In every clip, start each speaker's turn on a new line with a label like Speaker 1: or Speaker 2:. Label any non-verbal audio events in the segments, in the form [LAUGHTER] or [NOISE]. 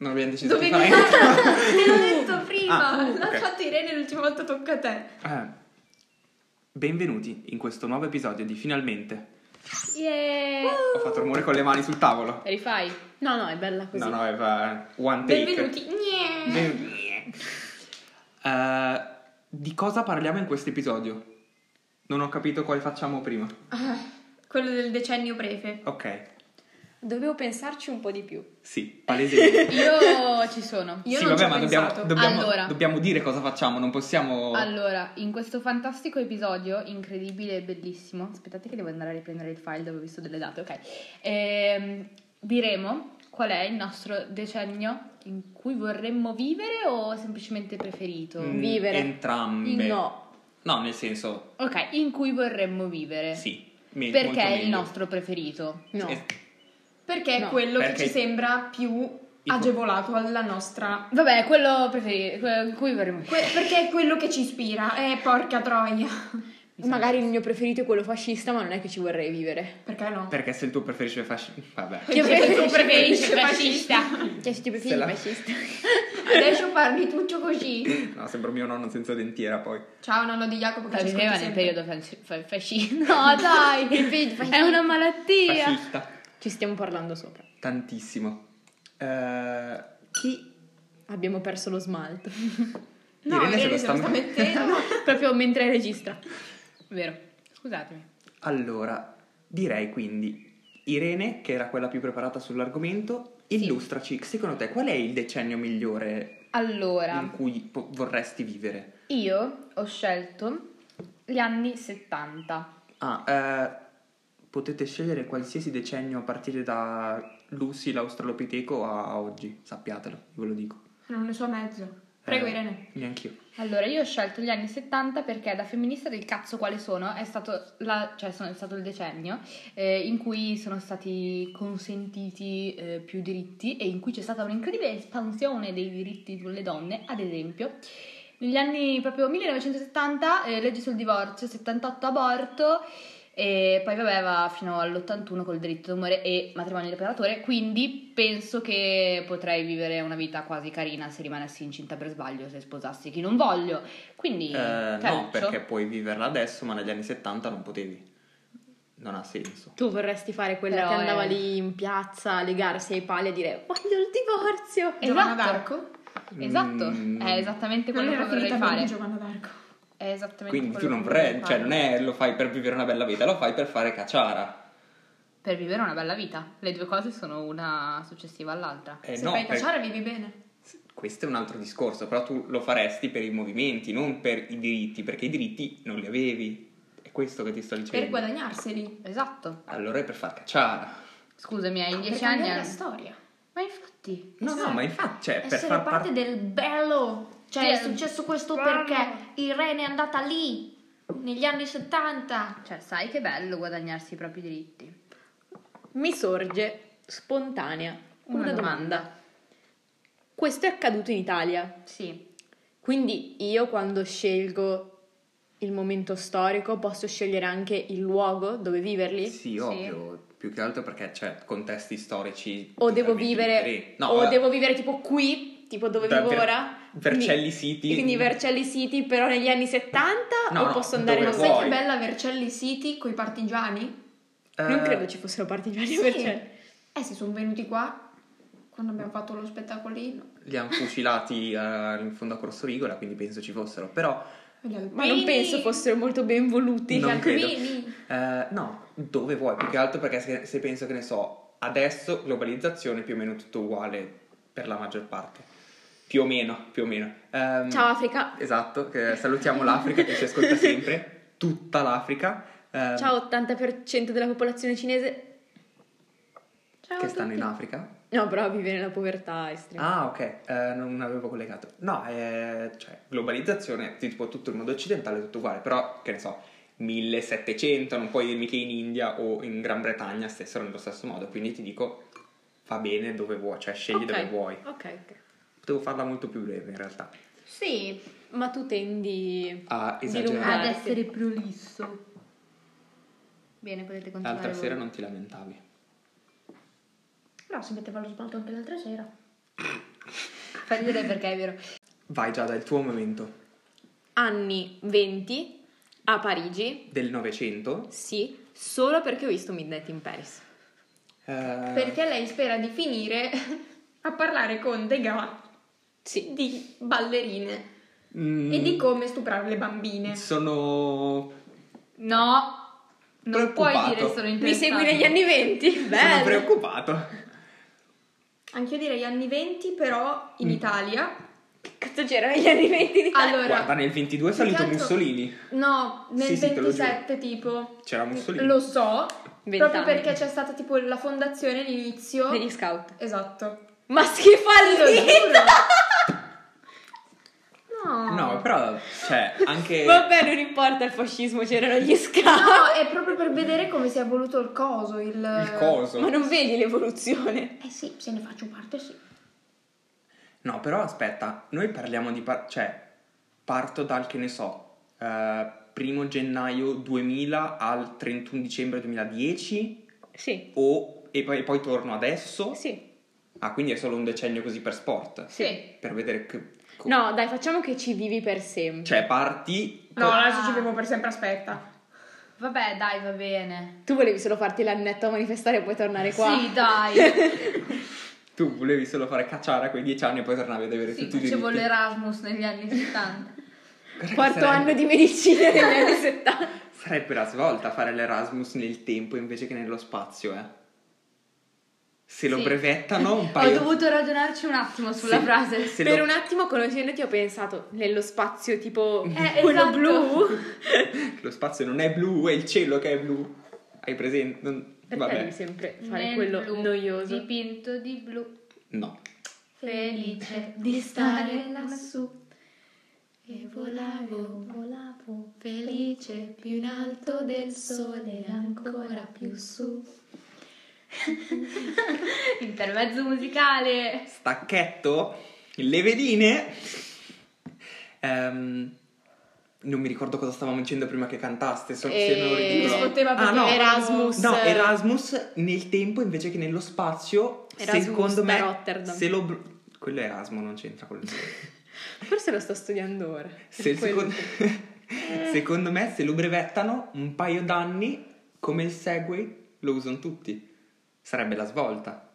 Speaker 1: Non abbiamo deciso
Speaker 2: Dovevi...
Speaker 1: di fare. [LAUGHS]
Speaker 3: [LAUGHS]
Speaker 2: Te l'ho detto prima.
Speaker 1: Ah,
Speaker 2: L'ha
Speaker 1: ok.
Speaker 2: fatto Irene l'ultima volta, tocca a te.
Speaker 1: Eh. Benvenuti in questo nuovo episodio di Finalmente.
Speaker 3: Yeah.
Speaker 1: Ho fatto rumore con le mani sul tavolo.
Speaker 3: Rifai? No, no, è bella così.
Speaker 1: No, no, è eh, one take.
Speaker 2: Benvenuti. Gnee.
Speaker 1: Ben- Eh, di cosa parliamo in questo episodio? Non ho capito quale facciamo prima.
Speaker 2: Ah, Quello
Speaker 1: [LAUGHS]
Speaker 2: del decennio breve.
Speaker 1: Ok,
Speaker 3: Dovevo pensarci un po' di più.
Speaker 1: sì, palesemente.
Speaker 3: Io ci sono.
Speaker 2: [LAUGHS] Io
Speaker 1: sì,
Speaker 2: non
Speaker 1: vabbè,
Speaker 2: ci ho
Speaker 1: ma dobbiamo,
Speaker 2: pensato.
Speaker 1: dobbiamo-
Speaker 3: Allora.
Speaker 1: dobbiamo dire cosa facciamo, non possiamo...
Speaker 3: Allora, in questo fantastico episodio, incredibile e bellissimo, aspettate che devo andare a riprendere il file dove ho visto delle date, ok. Ehm, diremo qual è il nostro decennio in cui vorremmo vivere o semplicemente preferito.
Speaker 1: Mm,
Speaker 4: vivere.
Speaker 1: Entrambe.
Speaker 4: No,
Speaker 1: No, nel senso,
Speaker 3: Ok, in cui vorremmo vivere.
Speaker 1: sì. me- molto
Speaker 3: Perché è il
Speaker 1: meglio.
Speaker 3: nostro preferito?
Speaker 4: no.
Speaker 1: Eh,
Speaker 2: Perché è
Speaker 4: No.
Speaker 2: quello
Speaker 1: Perché-
Speaker 2: che ci sembra più agevolato alla nostra...
Speaker 3: Vabbè, quello preferito, in cui vorremmo [LAUGHS] vivere.
Speaker 2: que- perché è quello che ci ispira. Eh, porca troia.
Speaker 4: Magari il mio preferito è quello fascista, ma non è che ci vorrei vivere.
Speaker 2: Perché no?
Speaker 1: Perché se il tuo preferisce fascismo... Vabbè.
Speaker 3: Che
Speaker 2: Perché tu
Speaker 3: preferisci
Speaker 2: preferisci
Speaker 3: fascista?
Speaker 4: Cioè, se
Speaker 1: Se
Speaker 4: ti preferisci
Speaker 1: la-
Speaker 4: fascista. [LAUGHS]
Speaker 2: Adesso parli tutto così.
Speaker 1: No, sembra mio nonno senza dentiera poi.
Speaker 2: Ciao nonno di Jacopo che ci
Speaker 3: Viveva
Speaker 2: ascolta
Speaker 3: Cioè, nel
Speaker 2: sempre.
Speaker 3: periodo fasci- fa- fascista. No, dai,
Speaker 4: Il periodo fascista.
Speaker 3: è una malattia.
Speaker 1: Fascista.
Speaker 4: Ci stiamo parlando sopra.
Speaker 1: Tantissimo. Eh,
Speaker 4: Chi? Abbiamo perso lo smalto.
Speaker 2: No,
Speaker 1: Irene se lo
Speaker 2: Irene se lo
Speaker 1: sta-
Speaker 2: sta mettendo.
Speaker 4: Proprio mentre registra.
Speaker 3: Vero, scusatemi.
Speaker 1: Allora, direi quindi, Irene, che era quella più preparata sull'argomento, illustraci, secondo te qual è il decennio migliore in
Speaker 3: Allora,
Speaker 1: cui po- vorresti vivere?
Speaker 3: io ho scelto gli anni 70.
Speaker 1: Ah, eh, potete scegliere qualsiasi decennio a partire da Lucy l'australopiteco a a oggi, sappiatelo, ve lo dico.
Speaker 2: Non ne so mezzo. Prego
Speaker 1: Eh,
Speaker 2: Irene.
Speaker 1: Neanch'io.
Speaker 3: Allora, io ho scelto gli anni 70 perché da femminista del cazzo quale sono, è stato, la- cioè sono- è stato il decennio eh, in cui sono stati consentiti eh, più diritti e in cui c'è stata un'incredibile espansione dei diritti delle donne, ad esempio. Negli anni proprio 1970, eh, legge sul divorzio, 78 aborto e poi vabbè va fino all'81 col diritto d'amore e matrimonio reparatore, quindi penso che potrei vivere una vita quasi carina se rimanessi incinta per sbaglio, se sposassi chi non voglio. Quindi
Speaker 1: Eh, no,
Speaker 3: caruccio.
Speaker 1: perché puoi viverla adesso, ma negli anni 70 non potevi. Non ha senso.
Speaker 4: Tu vorresti fare quella
Speaker 3: Però
Speaker 4: che
Speaker 3: è-
Speaker 4: andava lì in piazza a legarsi ai pali e dire voglio il divorzio.
Speaker 3: Eh,
Speaker 2: Giovanna
Speaker 3: esatto.
Speaker 2: d'Arco.
Speaker 3: Esatto,
Speaker 1: Mm,
Speaker 3: è esattamente
Speaker 2: Non
Speaker 3: quello che
Speaker 2: era
Speaker 3: vorrei
Speaker 2: finita bene
Speaker 3: fare.
Speaker 2: Giovanna d'Arco.
Speaker 3: È esattamente
Speaker 1: Quindi tu
Speaker 3: quello
Speaker 1: non
Speaker 3: che
Speaker 1: vorrei,
Speaker 3: vorrei
Speaker 1: cioè
Speaker 3: fare.
Speaker 1: non è lo fai per vivere una bella vita, lo fai per fare cacciara.
Speaker 3: Per vivere una bella vita. Le due cose sono una successiva all'altra.
Speaker 1: Eh
Speaker 2: se
Speaker 1: no,
Speaker 2: fai
Speaker 1: per-
Speaker 2: cacciare vivi bene.
Speaker 1: questo è un altro discorso, però tu lo faresti per i movimenti, non per i diritti, perché i diritti non li avevi. È questo che ti sto
Speaker 2: Per
Speaker 1: dicendo.
Speaker 2: guadagnarseli.
Speaker 3: Esatto.
Speaker 1: allora è per far cacciara.
Speaker 3: Scusami, hai
Speaker 2: Ah, Per
Speaker 3: dieci anni.
Speaker 2: cambiare la
Speaker 3: al-
Speaker 2: storia.
Speaker 3: Ma infatti.
Speaker 1: No, no,
Speaker 2: Esatto.
Speaker 1: ma infatti, cioè, per
Speaker 2: Essere
Speaker 1: far
Speaker 2: parte
Speaker 1: parte...
Speaker 2: del bello. Cioè,
Speaker 3: Sì,
Speaker 2: è successo questo perché Irene è andata lì negli anni 70.
Speaker 3: Cioè, sai che bello guadagnarsi i propri diritti.
Speaker 4: Mi sorge spontanea una, domanda. Questo è accaduto in Italia.
Speaker 3: Sì.
Speaker 4: Quindi io quando scelgo il momento storico posso scegliere anche il luogo dove viverli?
Speaker 1: Sì, ovvio, più che altro perché, cioè, contesti storici...
Speaker 4: O devo
Speaker 1: totalmente
Speaker 4: vivere
Speaker 1: differenti. No,
Speaker 4: o
Speaker 1: allora,
Speaker 4: devo vivere tipo qui, tipo dove
Speaker 1: da
Speaker 4: vivo
Speaker 1: Ver-
Speaker 4: ora?
Speaker 1: Vercelli
Speaker 4: Quindi-
Speaker 1: City.
Speaker 4: Quindi Vercelli City però negli anni 70
Speaker 1: No,
Speaker 4: o
Speaker 1: no,
Speaker 4: posso andare
Speaker 1: dove
Speaker 4: non
Speaker 1: vuoi.
Speaker 4: sai
Speaker 2: Sai che bella Vercelli City coi partigiani?
Speaker 1: Eh,
Speaker 4: Non credo ci fossero partigiani a
Speaker 2: Sì.
Speaker 4: Vercelli.
Speaker 2: Eh, se sono venuti qua quando abbiamo fatto lo spettacolino.
Speaker 1: Li hanno fucilati eh, in fondo a Corsorigola, quindi penso ci fossero, però...
Speaker 4: Ma non penso fossero molto ben voluti. Cioè,
Speaker 1: Non credo.
Speaker 2: Calcolini.
Speaker 1: Eh, no, dove vuoi, più che altro perché se, se penso che ne so, adesso globalizzazione è più o meno tutto uguale per la maggior parte. Più o meno, più o meno. Ehm,
Speaker 4: Ciao Africa.
Speaker 1: Esatto, che salutiamo l'Africa che ci [LAUGHS] ascolta sempre, tutta l'Africa. ehm,
Speaker 4: Ciao 80% della popolazione cinese. Ciao
Speaker 1: Che
Speaker 4: a
Speaker 1: stanno in
Speaker 4: tutti.
Speaker 1: Africa.
Speaker 4: No, però vive nella povertà estrema.
Speaker 1: Ah, ok, eh, non avevo collegato. No, eh, cioè, globalizzazione, tipo tutto il mondo occidentale è tutto uguale, però, che ne so, 1700, non puoi dirmi che in India o in Gran Bretagna stessero nello stesso modo, quindi ti dico, va bene dove vuoi, cioè scegli
Speaker 4: Ok,
Speaker 1: dove vuoi.
Speaker 4: Ok, ok.
Speaker 1: Potevo farla molto più breve in realtà.
Speaker 4: Sì, ma tu tendi...
Speaker 1: Ah,
Speaker 3: Ad
Speaker 1: esagerare.
Speaker 4: Dilungare.
Speaker 3: essere prolisso. Bene, potete continuare.
Speaker 1: L'altra sera
Speaker 3: voi.
Speaker 1: non ti lamentavi.
Speaker 2: Però si metteva lo smalto anche l'altra sera.
Speaker 1: Ah.
Speaker 3: Fa ridere perché è vero.
Speaker 1: Vai Giada, il tuo momento
Speaker 4: Anni 20 a Parigi,
Speaker 1: del Novecento.
Speaker 4: sì, solo perché ho visto Midnight in Paris.
Speaker 1: Eh,
Speaker 2: Perché lei spera di finire [LAUGHS] a parlare con Degas
Speaker 4: Sì.
Speaker 2: di ballerine
Speaker 1: mm,
Speaker 2: e di come stuprare le bambine.
Speaker 1: Sono
Speaker 3: No, non puoi
Speaker 1: Preoccupato.
Speaker 3: dire sono
Speaker 4: Mi
Speaker 3: interessato.
Speaker 4: segui negli anni 20?
Speaker 1: Sono
Speaker 4: Bello.
Speaker 1: preoccupato.
Speaker 2: Anch'io direi anni 20, però in
Speaker 1: Mm.
Speaker 2: Italia.
Speaker 4: Che cazzo c'era negli anni 20 di
Speaker 2: Allora,
Speaker 1: Guarda, nel 22 è
Speaker 2: più che
Speaker 1: salito
Speaker 2: altro-
Speaker 1: Mussolini.
Speaker 2: No, nel
Speaker 1: Sì, sì, te lo
Speaker 2: 27 tipo.
Speaker 1: C'era Mussolini.
Speaker 2: Lo so, proprio
Speaker 4: Vent'anni.
Speaker 2: perché c'è stata tipo la fondazione all'inizio.
Speaker 4: degli scout?
Speaker 2: Esatto.
Speaker 4: Ma schifallito!
Speaker 2: No.
Speaker 1: No, però, cioè, anche...
Speaker 4: [LAUGHS] Vabbè, non importa il fascismo, c'erano gli scout.
Speaker 2: No, è proprio per vedere come si è evoluto il coso, il...
Speaker 1: Il coso.
Speaker 4: Ma non vedi l'evoluzione?
Speaker 2: Eh sì, se ne faccio parte sì.
Speaker 1: No, però aspetta, noi parliamo di... par- cioè, parto dal che ne so, eh, primo gennaio 2000 al 31 dicembre 2010
Speaker 4: Sì,
Speaker 1: o... e poi, e poi torno adesso?
Speaker 4: sì,
Speaker 1: Ah, quindi è solo un decennio così per sport?
Speaker 4: sì.
Speaker 1: Per vedere che... co-
Speaker 4: No, dai, facciamo che ci vivi per sempre.
Speaker 1: Cioè, parti...
Speaker 2: No,
Speaker 1: co-
Speaker 2: adesso ci bevo per sempre, aspetta.
Speaker 3: Vabbè, dai, va bene.
Speaker 4: Tu volevi solo farti l'annetto a manifestare e poi tornare qua.
Speaker 3: Sì, dai.
Speaker 1: Tu volevi solo fare cacciare a quei dieci anni e poi tornavi ad avere
Speaker 3: sì,
Speaker 1: tutti i
Speaker 3: facevo
Speaker 1: diritti.
Speaker 3: l'Erasmus negli anni 70.
Speaker 1: Guarda che
Speaker 4: [LAUGHS] Quarto
Speaker 1: sarebbe-
Speaker 4: anno di medicina negli [LAUGHS] anni 70.
Speaker 1: Sarebbe la svolta fare l'Erasmus nel tempo invece che nello spazio, eh. Se lo
Speaker 3: Sì.
Speaker 1: brevettano un
Speaker 3: Ho
Speaker 1: [LAUGHS] paio...
Speaker 3: dovuto ragionarci un attimo sulla
Speaker 1: Sì.
Speaker 3: frase.
Speaker 1: Se
Speaker 4: per
Speaker 1: lo-
Speaker 4: un attimo, conoscendoti, ho pensato nello
Speaker 1: [LAUGHS]
Speaker 4: spazio tipo
Speaker 3: Eh,
Speaker 4: quello
Speaker 3: esatto.
Speaker 4: blu.
Speaker 1: Lo spazio non è blu, è il cielo che è blu. Hai presente? Non-
Speaker 4: Perché devi
Speaker 1: Vabbè,
Speaker 4: sempre fare
Speaker 3: Nel
Speaker 4: quello
Speaker 3: blu,
Speaker 4: noioso?
Speaker 3: Dipinto di blu,
Speaker 1: no.
Speaker 3: felice
Speaker 4: Di stare
Speaker 3: lassù.
Speaker 5: E volavo,
Speaker 1: [LAUGHS]
Speaker 5: volavo, felice, più in alto del sole, ancora più su.
Speaker 3: [LAUGHS] Intermezzo musicale.
Speaker 1: Stacchetto, le vedine. Ehm, non mi ricordo cosa stavamo dicendo prima che cantaste, so- se me lo
Speaker 4: Eh,
Speaker 1: ricordo.
Speaker 2: rispondeva
Speaker 1: Ah, no.
Speaker 2: perché-
Speaker 4: Erasmus.
Speaker 1: No, Erasmus nel tempo invece che nello spazio,
Speaker 4: Erasmus
Speaker 1: secondo me...
Speaker 4: da Rotterdam.
Speaker 1: Se lo... br- Quello è Erasmus, non c'entra con il
Speaker 4: [LAUGHS] Forse lo sto studiando ora.
Speaker 1: Se il
Speaker 4: Per quello.
Speaker 1: secondo... [LAUGHS] secondo me se lo brevettano un paio d'anni come il Segway lo usano tutti. Sarebbe la svolta.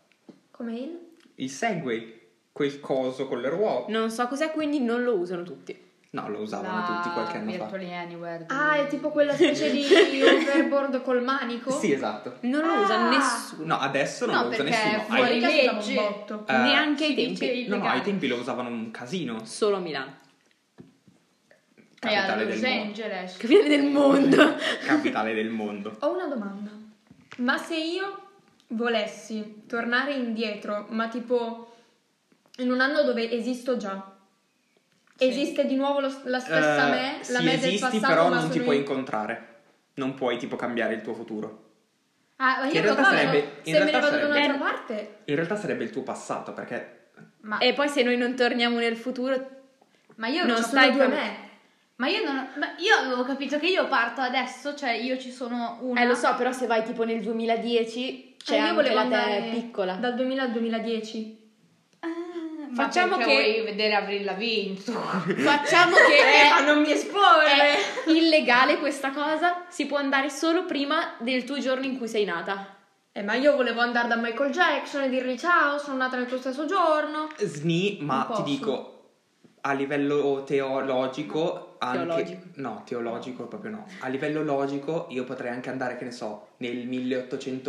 Speaker 2: Come il?
Speaker 1: Il Segway, quel coso con le ruote.
Speaker 4: Non so cos'è, quindi non lo usano tutti.
Speaker 1: No, lo usavano tutti qualche anno fa.
Speaker 3: Virtually Anywhere.
Speaker 2: Ah, è tipo quella specie
Speaker 1: [LAUGHS]
Speaker 2: di overboard col manico?
Speaker 1: Sì, esatto.
Speaker 4: Non lo
Speaker 2: Ah!
Speaker 4: usa nessuno.
Speaker 1: No, adesso non
Speaker 3: No,
Speaker 1: lo usa
Speaker 3: perché
Speaker 1: nessuno. Ai-
Speaker 3: fuori
Speaker 2: Fuori casa
Speaker 3: legge.
Speaker 2: un botto.
Speaker 1: eh,
Speaker 4: Neanche ai
Speaker 3: Ci
Speaker 4: tempi.
Speaker 3: dice il
Speaker 1: No, no, ai
Speaker 3: legale.
Speaker 1: tempi lo usavano un casino.
Speaker 4: Solo a Milano.
Speaker 3: E a
Speaker 1: Capitale del,
Speaker 3: Cioè,
Speaker 1: [LAUGHS]
Speaker 3: Los
Speaker 1: mo-
Speaker 3: Angeles.
Speaker 4: Capitale del mondo.
Speaker 1: capitale del mondo.
Speaker 2: Ho una domanda. Ma se io volessi tornare indietro, ma tipo in un anno dove esisto già, esiste di nuovo lo- la stessa
Speaker 1: Eh,
Speaker 2: me, la
Speaker 1: sì,
Speaker 2: me del
Speaker 1: esisti,
Speaker 2: passato,
Speaker 1: però
Speaker 2: ma
Speaker 1: non ti
Speaker 2: sono
Speaker 1: puoi
Speaker 2: io?
Speaker 1: incontrare. Non puoi tipo cambiare il tuo futuro.
Speaker 2: Ah, ma
Speaker 1: Che
Speaker 2: io
Speaker 1: in
Speaker 2: lo
Speaker 1: realtà
Speaker 2: vado,
Speaker 1: sarebbe- in
Speaker 2: se me
Speaker 1: realtà
Speaker 2: ne vado da
Speaker 1: sarebbe-
Speaker 2: un'altra parte,
Speaker 1: In realtà sarebbe il tuo passato, perché
Speaker 3: Ma,
Speaker 4: e poi se noi non torniamo nel futuro...
Speaker 3: ma io
Speaker 4: non
Speaker 3: non
Speaker 4: stai
Speaker 3: stai
Speaker 2: sono due
Speaker 4: com-
Speaker 2: me.
Speaker 3: Ma io non. Ma io avevo capito che io parto adesso, cioè io ci sono una.
Speaker 4: Eh lo so, però se vai tipo nel 2010 c'è
Speaker 1: Cioè,
Speaker 2: Eh, io
Speaker 4: anche
Speaker 2: volevo
Speaker 4: la te
Speaker 2: andare
Speaker 4: piccola.
Speaker 2: dal 2000 al 2010.
Speaker 3: Ah, ma
Speaker 4: Facciamo
Speaker 3: perché
Speaker 4: che-
Speaker 3: vuoi vedere Avril Lavigne Eh, tu. Diciamo [LAUGHS]
Speaker 2: [LAUGHS]
Speaker 4: Facciamo che è,
Speaker 2: Eh, non mi
Speaker 3: Eh,
Speaker 2: esporre!
Speaker 4: è illegale questa cosa. Si può andare solo prima del tuo giorno in cui sei nata.
Speaker 2: Eh, ma io volevo andare da Michael Jackson e dirgli ciao, sono nata nel tuo stesso giorno.
Speaker 1: sni, ma
Speaker 2: Non
Speaker 1: ti
Speaker 2: posso.
Speaker 1: dico a livello teologico anche
Speaker 4: Teologico.
Speaker 1: no, teologico proprio no. A livello logico io potrei anche andare che ne so, nel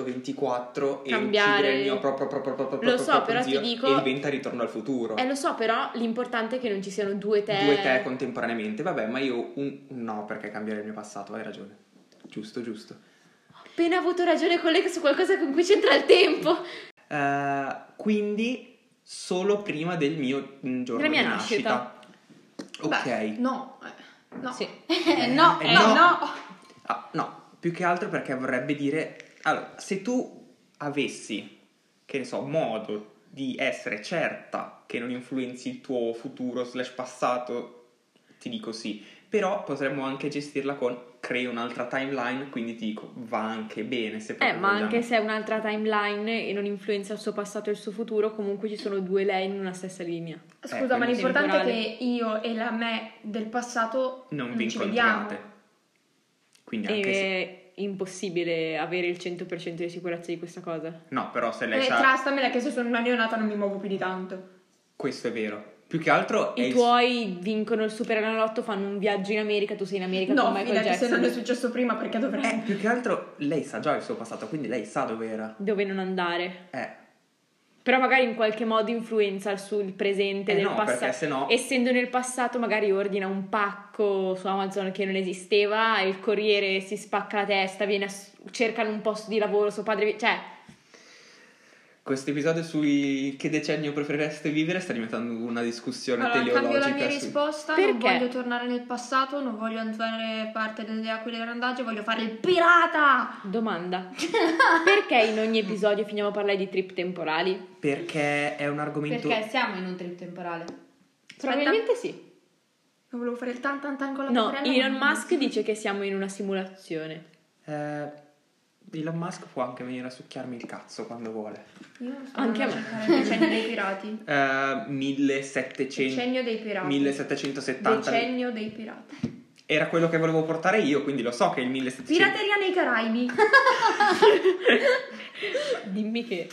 Speaker 1: 1824
Speaker 4: Cambiare.
Speaker 1: e uccidere il mio proprio proprio proprio
Speaker 4: Lo
Speaker 1: proprio,
Speaker 4: so,
Speaker 1: proprio
Speaker 4: però ti
Speaker 1: zio
Speaker 4: dico-
Speaker 1: e diventa ritorno al futuro.
Speaker 4: Eh lo so, però l'importante è che non ci siano due te.
Speaker 1: Due te contemporaneamente. Vabbè, ma io un un no perché cambiare il mio passato, hai ragione. Giusto, giusto.
Speaker 4: Ho appena avuto ragione collega su qualcosa con cui c'entra il tempo.
Speaker 1: Eh, quindi solo prima del mio mm, giorno
Speaker 4: Della mia
Speaker 1: di nascita. Ok.
Speaker 2: Beh, no, eh, no.
Speaker 4: Sì. [LAUGHS]
Speaker 3: Eh, no,
Speaker 1: Eh,
Speaker 3: eh, no.
Speaker 1: Ah, no, più che altro perché vorrebbe dire... Allora, se tu avessi, che ne so, modo di essere certa che non influenzi il tuo futuro slash passato, ti dico sì. Però potremmo anche gestirla con crei un'altra timeline, quindi ti dico, va anche bene se
Speaker 4: Eh,
Speaker 1: proprio
Speaker 4: ma
Speaker 1: vogliamo.
Speaker 4: anche se è un'altra timeline e non influenza il suo passato e il suo futuro, comunque ci sono due lei in una stessa linea.
Speaker 1: Eh,
Speaker 2: Scusa, ma
Speaker 1: quindi-
Speaker 2: l'importante è
Speaker 4: temporale.
Speaker 2: che io e la me del passato
Speaker 1: non,
Speaker 2: non
Speaker 1: vi
Speaker 2: ci vediamo.
Speaker 1: incontrate. Quindi
Speaker 4: Eh,
Speaker 1: anche se...
Speaker 4: è impossibile avere il 100% di sicurezza di questa cosa.
Speaker 1: No, però se lei
Speaker 2: Eh,
Speaker 1: sa...
Speaker 2: trustamela che se sono una neonata non mi muovo più di tanto.
Speaker 1: Questo è vero. Più che altro è
Speaker 4: I
Speaker 1: il-
Speaker 4: tuoi vincono il Superenalotto, fanno un viaggio in America, tu sei in America
Speaker 2: No,
Speaker 4: con Michael
Speaker 2: fidati, se
Speaker 4: Jackson.
Speaker 2: non è successo prima perché
Speaker 1: Eh,
Speaker 2: dovrei.
Speaker 1: più che altro lei sa già il suo passato, quindi lei sa dove era.
Speaker 4: Dove non andare.
Speaker 1: Eh,
Speaker 4: Però magari in qualche modo influenza sul presente
Speaker 1: Eh
Speaker 4: del
Speaker 1: no, perché
Speaker 4: passato.
Speaker 1: se no...
Speaker 4: Essendo nel passato, magari ordina un pacco su Amazon che non esisteva, il corriere si spacca la testa, viene a s- cercano un posto di lavoro, suo padre. vi- Cioè,
Speaker 1: Questo episodio sui che decennio preferireste vivere sta diventando una discussione
Speaker 2: Allora, cambio la
Speaker 1: teleologica.
Speaker 2: mia
Speaker 1: su-
Speaker 2: risposta, non
Speaker 4: Perché?
Speaker 2: voglio tornare nel passato, non voglio andare parte delle aquile randaggio, voglio fare il pirata!
Speaker 4: domanda: perché in ogni episodio finiamo a parlare di trip temporali?
Speaker 1: Perché è un argomento...
Speaker 3: Perché siamo in un trip temporale.
Speaker 4: Probabilmente sì.
Speaker 2: Non volevo fare il tan tan tan con la
Speaker 4: No,
Speaker 2: paperella,
Speaker 4: Elon
Speaker 2: ma-
Speaker 4: Musk dice che siamo in una simulazione.
Speaker 1: Eh, Elon Musk può anche venire a succhiarmi il cazzo quando vuole.
Speaker 2: Io sto
Speaker 4: Anche a
Speaker 2: Anche
Speaker 4: me.
Speaker 2: cercare il decennio dei pirati.
Speaker 1: Eh, 1700...
Speaker 2: Decennio dei pirati.
Speaker 1: 1770
Speaker 2: Decennio dei pirati.
Speaker 1: era quello che volevo portare io, quindi lo so che il 1700
Speaker 2: Pirateria nei
Speaker 3: [LAUGHS]
Speaker 2: Caraibi.
Speaker 4: Dimmi che.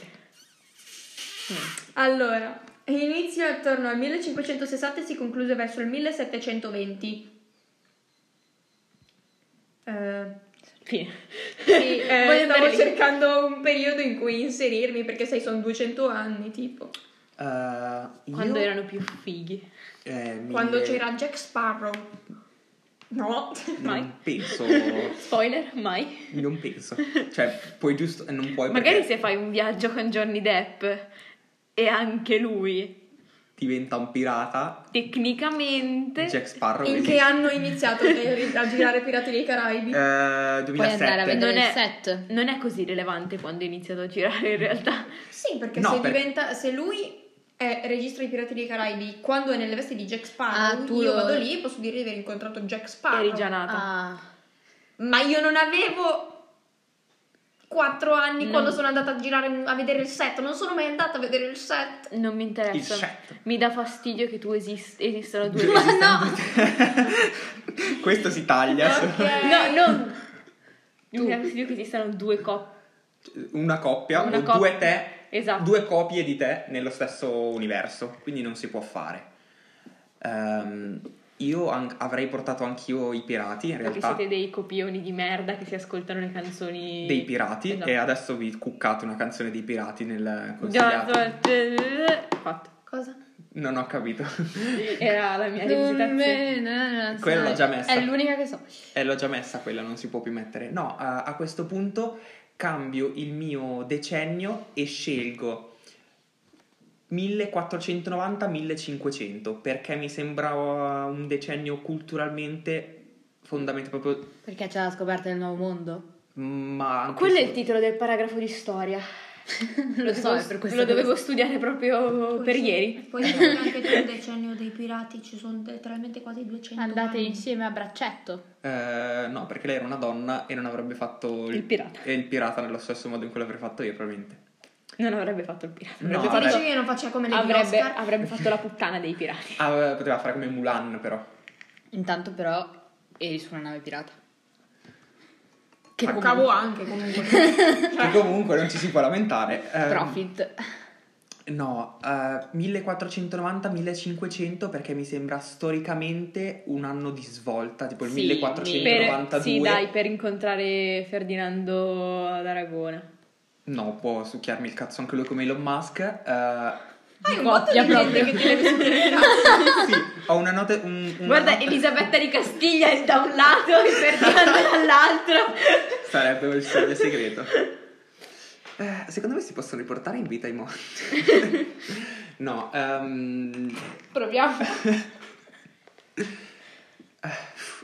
Speaker 2: Allora, inizio attorno al 1560 e si concluse verso il 1720. Eh,
Speaker 4: Fine.
Speaker 2: sì, eh,
Speaker 4: Voglio andare
Speaker 2: stavo
Speaker 4: lì.
Speaker 2: cercando un periodo in cui inserirmi perché sai sono 200 anni tipo
Speaker 1: Eh, io-
Speaker 4: Quando erano più fighi.
Speaker 1: eh, mille-
Speaker 2: quando c'era Jack Sparrow no
Speaker 1: non penso
Speaker 4: [LAUGHS] Spoiler, mai.
Speaker 1: non
Speaker 2: [LAUGHS]
Speaker 1: penso cioè puoi giusto non puoi
Speaker 4: Magari
Speaker 1: perché
Speaker 4: se fai un viaggio con Johnny Depp e anche lui,
Speaker 1: diventa un pirata
Speaker 4: tecnicamente.
Speaker 1: Jack Sparrow
Speaker 2: in
Speaker 1: esiste.
Speaker 2: che anno è iniziato a girare Pirati dei Caraibi
Speaker 1: Eh,
Speaker 3: Puoi
Speaker 1: 2007
Speaker 3: andare a vedere
Speaker 4: Non
Speaker 3: il
Speaker 4: è-
Speaker 3: set.
Speaker 4: Non è così rilevante quando è iniziato a girare in realtà.
Speaker 2: sì perché
Speaker 1: No,
Speaker 2: se
Speaker 1: per-
Speaker 2: diventa se lui è- registra i Pirati dei Caraibi quando è nelle vesti di Jack Sparrow
Speaker 3: Ah, tu
Speaker 2: io
Speaker 3: lo-
Speaker 2: vado lì e posso dire di aver incontrato Jack Sparrow
Speaker 4: Eri già nata.
Speaker 3: Ah,
Speaker 2: Ma io non avevo 4 anni
Speaker 3: No.
Speaker 2: quando sono andata a girare a vedere il set, non sono mai andata a vedere il set.
Speaker 4: Non mi
Speaker 1: il
Speaker 4: interessa.
Speaker 1: set
Speaker 4: [LAUGHS] Mi dà fastidio che tu esist- esistano due.
Speaker 1: Due- [LAUGHS] questo si taglia
Speaker 4: Esatto. No, no. Mi dà fastidio che esistano due coppie.
Speaker 1: una coppia
Speaker 4: Una
Speaker 1: o
Speaker 4: coppia.
Speaker 1: due te
Speaker 4: Esatto.
Speaker 1: due copie di te nello stesso universo quindi non si può fare Ehm, io an- avrei portato anch'io i pirati in
Speaker 4: Perché
Speaker 1: realtà
Speaker 4: siete dei copioni di merda che si ascoltano le canzoni
Speaker 1: dei pirati
Speaker 4: Esatto.
Speaker 1: e adesso vi cuccate una canzone dei pirati nel
Speaker 4: Già,
Speaker 1: consigliato
Speaker 4: già- Fatto.
Speaker 2: Cosa?
Speaker 1: non ho capito
Speaker 4: Era la mia rivisitazione.
Speaker 1: Quella l'ho già messa.
Speaker 3: È l'unica che so.
Speaker 1: e Eh, l'ho già messa quella non si può più mettere no a, a questo punto cambio il mio decennio e scelgo 1490-1500 perché mi sembrava un decennio culturalmente fondamentale proprio mm,
Speaker 3: Perché c'è la scoperta del nuovo mondo?
Speaker 1: ma anche
Speaker 4: Quello è il
Speaker 1: solo-
Speaker 4: titolo del paragrafo di storia.
Speaker 3: [LAUGHS] Lo so, è per questo
Speaker 4: Lo
Speaker 3: che-
Speaker 4: dovevo studiare proprio per ieri.
Speaker 2: Poi c'è anche il decennio dei pirati, ci sono letteralmente quasi 200
Speaker 3: Andate
Speaker 2: anni.
Speaker 3: insieme a braccetto.
Speaker 1: Eh, no perché lei era una donna e non avrebbe fatto
Speaker 4: Il pirata.
Speaker 1: e il pirata nello stesso modo in cui l'avrei fatto io probabilmente
Speaker 4: Non avrebbe fatto il pirata.
Speaker 1: No,
Speaker 4: Avrebbe,
Speaker 2: Ti dice
Speaker 1: vabbè.
Speaker 4: fatto,
Speaker 2: che non faceva come le
Speaker 4: avrebbe-
Speaker 2: Oscar?
Speaker 4: avrebbe fatto la puttana dei pirati.
Speaker 1: Ah, poteva fare come Mulan però
Speaker 3: Intanto però eri su una nave pirata.
Speaker 2: Che
Speaker 1: Ma
Speaker 2: cavo anche comunque.
Speaker 1: che Cioè, comunque non ci si può lamentare
Speaker 2: Eh.
Speaker 1: Ehm,
Speaker 3: Profit. [LAUGHS]
Speaker 1: No, eh, 1490-1500 perché mi sembra storicamente un anno di svolta, tipo il
Speaker 3: Sì,
Speaker 4: Per,
Speaker 1: 1492.
Speaker 4: sì, dai, per incontrare Ferdinando d'Aragona.
Speaker 1: No, può succhiarmi il cazzo anche lui come Elon Musk. eh,
Speaker 2: Hai un
Speaker 3: Coppia
Speaker 2: botto di gente
Speaker 3: proprio.
Speaker 2: che ti deve
Speaker 4: [LAUGHS]
Speaker 2: succedere il cazzo.
Speaker 1: sì, ho una nota... un- una
Speaker 4: Guarda,
Speaker 1: nota-
Speaker 4: Elisabetta di Castiglia è da un lato e
Speaker 3: [LAUGHS]
Speaker 4: Ferdinando dall'altro.
Speaker 1: Sarebbe il sogno segreto. Eh, secondo me si possono riportare in vita i morti. [LAUGHS] no, ehm, [LAUGHS]
Speaker 3: Proviamo.
Speaker 1: Eh,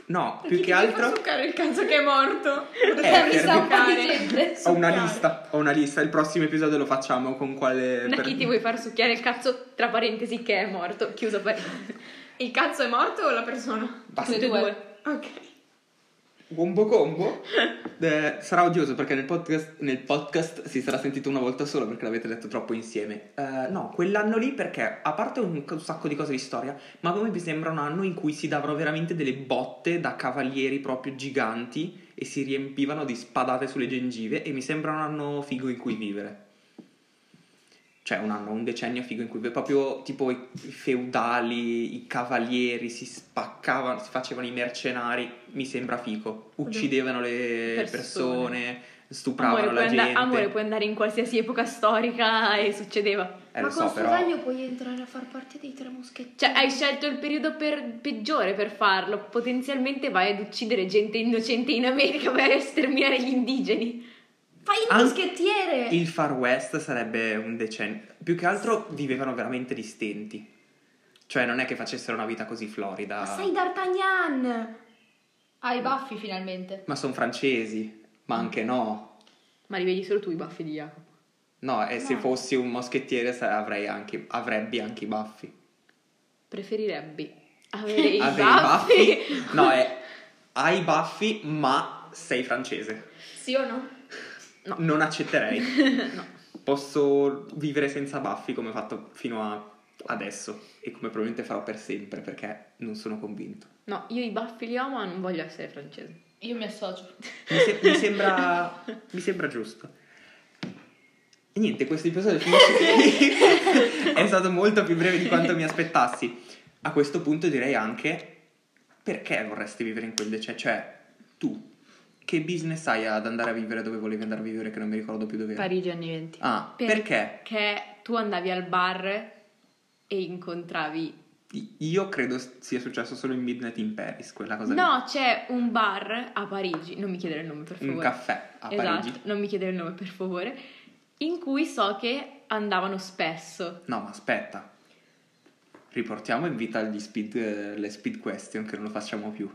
Speaker 1: no,
Speaker 2: Chi
Speaker 1: più
Speaker 2: ti
Speaker 1: che
Speaker 2: fa
Speaker 1: altro...
Speaker 2: succare il cazzo che è morto.
Speaker 1: Eh,
Speaker 2: Potresti
Speaker 1: per-
Speaker 2: succare.
Speaker 1: Ho una lista, ho una lista, il prossimo episodio lo facciamo con
Speaker 4: [LAUGHS]
Speaker 1: quale...
Speaker 4: Da
Speaker 1: per-
Speaker 4: chi ti vuoi far succhiare il cazzo, tra parentesi, che è morto. Chiuso parentesi.
Speaker 2: Il cazzo è morto o la persona?
Speaker 1: Basta.
Speaker 4: Tutte e due.
Speaker 2: Ok.
Speaker 1: Gombo combo. Eh, sarà odioso perché nel podcast, nel podcast si sarà sentito una volta solo perché l'avete letto troppo insieme. Eh, no, quell'anno lì perché, a parte un c- sacco di cose di storia, ma come mi sembra un anno in cui si davano veramente delle botte da cavalieri proprio giganti e si riempivano di spadate sulle gengive e mi sembra un anno figo in cui vivere. Cioè un anno, un decennio figo in cui vivere. proprio tipo i i feudali, i cavalieri si spaccavano, si facevano i mercenari, mi sembra figo. Uccidevano le
Speaker 4: Persone.
Speaker 1: persone, stupravano
Speaker 4: Amore puoi,
Speaker 1: la gente.
Speaker 4: andare, amore, puoi andare in qualsiasi epoca storica e succedeva.
Speaker 1: Eh,
Speaker 5: Ma
Speaker 1: lo so
Speaker 5: con
Speaker 1: però.
Speaker 5: Susanio puoi entrare a far parte dei tre moschetti.
Speaker 4: Cioè, hai scelto il periodo per- peggiore per farlo. Potenzialmente vai ad uccidere gente innocente in America per sterminare gli indigeni.
Speaker 5: Fai il
Speaker 1: An-
Speaker 5: moschettiere!
Speaker 1: Il Far West sarebbe un decennio. Più che altro vivevano veramente di stenti. Cioè, non è che facessero una vita così florida.
Speaker 5: Ma sei D'Artagnan!
Speaker 1: Cioè,
Speaker 3: Ha i baffi finalmente.
Speaker 1: Ma sono francesi. Ma anche no.
Speaker 4: Ma li vedi solo tu i baffi di Jacopo.
Speaker 1: No, e se
Speaker 3: No.
Speaker 1: fossi un moschettiere sa- avrei anche, avrebbe anche i baffi.
Speaker 4: Preferirebbe avere i
Speaker 1: Avere
Speaker 4: baffi.
Speaker 1: i
Speaker 4: [LAUGHS]
Speaker 1: baffi? No, eh. è. Hai i baffi, ma sei francese.
Speaker 5: Sì o no?
Speaker 4: No.
Speaker 1: Non accetterei. Posso vivere senza baffi come ho fatto fino a adesso e come probabilmente farò per sempre perché non sono convinto.
Speaker 4: No, io i baffi li ho, ma non voglio essere francese.
Speaker 3: Io mi associo.
Speaker 1: Mi, se- mi sembra. mi sembra giusto. E niente, questo episodio finisce
Speaker 4: [LAUGHS]
Speaker 1: qui. è stato molto più breve di quanto mi aspettassi. A questo punto direi anche perché vorresti vivere in quel decennio? Cioè, tu che business hai ad andare a vivere dove volevi andare a vivere che non mi ricordo più dove era?
Speaker 4: Parigi anni 20.
Speaker 1: Ah,
Speaker 4: Per-
Speaker 1: perché?
Speaker 4: Che tu andavi al bar e incontravi.
Speaker 1: I- Io credo sia successo solo in Midnight in Paris, quella cosa lì.
Speaker 4: No, c'è un bar a Parigi. Non mi chiedere il nome, per favore.
Speaker 1: Un caffè a
Speaker 4: esatto,
Speaker 1: Ah, Parigi.
Speaker 4: non mi chiedere il nome, per favore. In cui so che andavano spesso.
Speaker 1: No, ma aspetta. Riportiamo in vita gli speed, eh, le speed question che non lo facciamo più.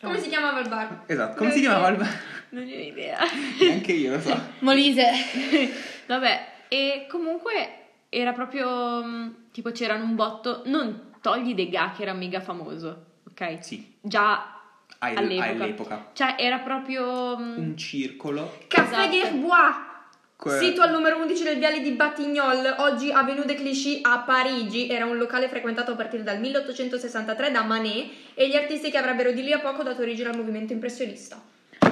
Speaker 2: Come si chiamava il bar?
Speaker 1: Esatto, come si chiamava il bar?
Speaker 4: Non ne ho idea.
Speaker 1: [LAUGHS] Neanche io lo so.
Speaker 3: Molise.
Speaker 4: [LAUGHS] Vabbè, e comunque era proprio mh, tipo c'erano un botto, non togli De Ga che era mega famoso, ok?
Speaker 1: Sì,
Speaker 4: Già
Speaker 1: hai- hai
Speaker 4: all'epoca. Mm.
Speaker 1: all'epoca.
Speaker 4: Cioè era proprio mh,
Speaker 1: Un circolo.
Speaker 2: Caffè
Speaker 4: Esatto.
Speaker 2: Gerbois!
Speaker 1: que-
Speaker 2: Sito al numero 11 del viale di Batignolles, oggi Avenue des Clichy a Parigi, era un locale frequentato a partire dal 1863 da Manet e gli artisti che avrebbero di lì a poco dato origine al movimento impressionista.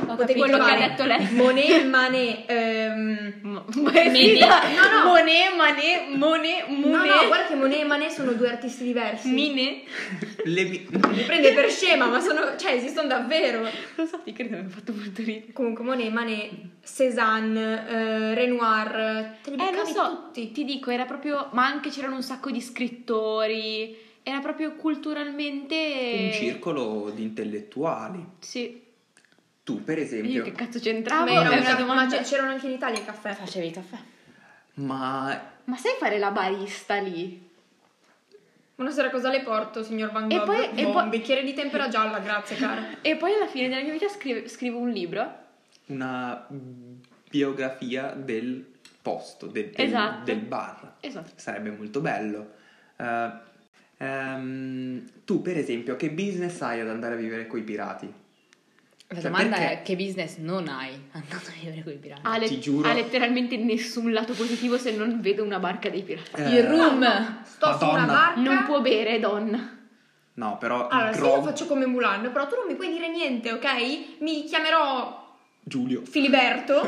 Speaker 3: Ho
Speaker 2: Potevi
Speaker 4: quello che ha
Speaker 2: trovare
Speaker 4: detto lei.
Speaker 2: Monet, Manet, ehm,
Speaker 4: [LAUGHS] Mo- Sì, da- Monet, Manet, Monet,
Speaker 2: No,
Speaker 4: Monet,
Speaker 2: no, guarda che Monet e Manet sono due artisti diversi.
Speaker 4: Minet.
Speaker 1: le mi-
Speaker 2: Mi prende per scema, ma sono. cioè, esistono davvero.
Speaker 4: [LAUGHS] Non so, ti credo mi ha fatto molto ridere.
Speaker 2: Comunque, Monet, Manet, Cézanne, eh, Renoir, te li
Speaker 4: Eh, lo
Speaker 2: beccavi
Speaker 4: so,
Speaker 2: tutti.
Speaker 4: ti dico, era proprio, ma anche c'erano un sacco di scrittori, era proprio culturalmente...
Speaker 1: Un circolo di intellettuali.
Speaker 4: Sì,
Speaker 1: Tu, per
Speaker 4: io
Speaker 1: esempio.
Speaker 4: che cazzo c'entravo?
Speaker 2: Beh,
Speaker 4: È
Speaker 2: era
Speaker 4: una
Speaker 2: una- ma
Speaker 4: domanda- cioè,
Speaker 2: [LAUGHS] c- c'erano anche in Italia i
Speaker 3: [LAUGHS]
Speaker 2: caffè.
Speaker 3: Facevi il caffè.
Speaker 1: Ma
Speaker 4: Ma sai fare la barista lì?
Speaker 2: Buonasera, cosa le porto, signor Van
Speaker 4: E
Speaker 2: Gogh?
Speaker 4: poi- e
Speaker 2: Boh,
Speaker 4: poi-
Speaker 2: un bicchiere di tempera gialla, grazie, cara.
Speaker 4: E poi alla fine della mia vita scrive- scrivo un libro.
Speaker 1: una biografia del posto, del, del-
Speaker 4: Esatto.
Speaker 1: del bar.
Speaker 4: Esatto.
Speaker 1: Sarebbe molto bello. Eh, ehm, tu, per esempio, che business hai ad andare a vivere coi pirati?
Speaker 3: La
Speaker 1: Cioè,
Speaker 3: domanda
Speaker 1: perché?
Speaker 3: è che business non hai [LAUGHS] andando a vivere con i pirati?
Speaker 4: Ha, le-
Speaker 1: Ah, Ti giuro.
Speaker 4: ha letteralmente nessun lato positivo se non vedo una barca dei pirati.
Speaker 1: Eh,
Speaker 3: Il room.
Speaker 2: Sto su una
Speaker 1: Madonna.
Speaker 2: barca.
Speaker 4: Non può bere, donna.
Speaker 1: No, però il
Speaker 2: Allora, se
Speaker 1: grog-
Speaker 2: io faccio come Mulan, però tu non mi puoi dire niente, ok? Mi chiamerò
Speaker 1: Giulio. [LAUGHS]
Speaker 2: Filiberto.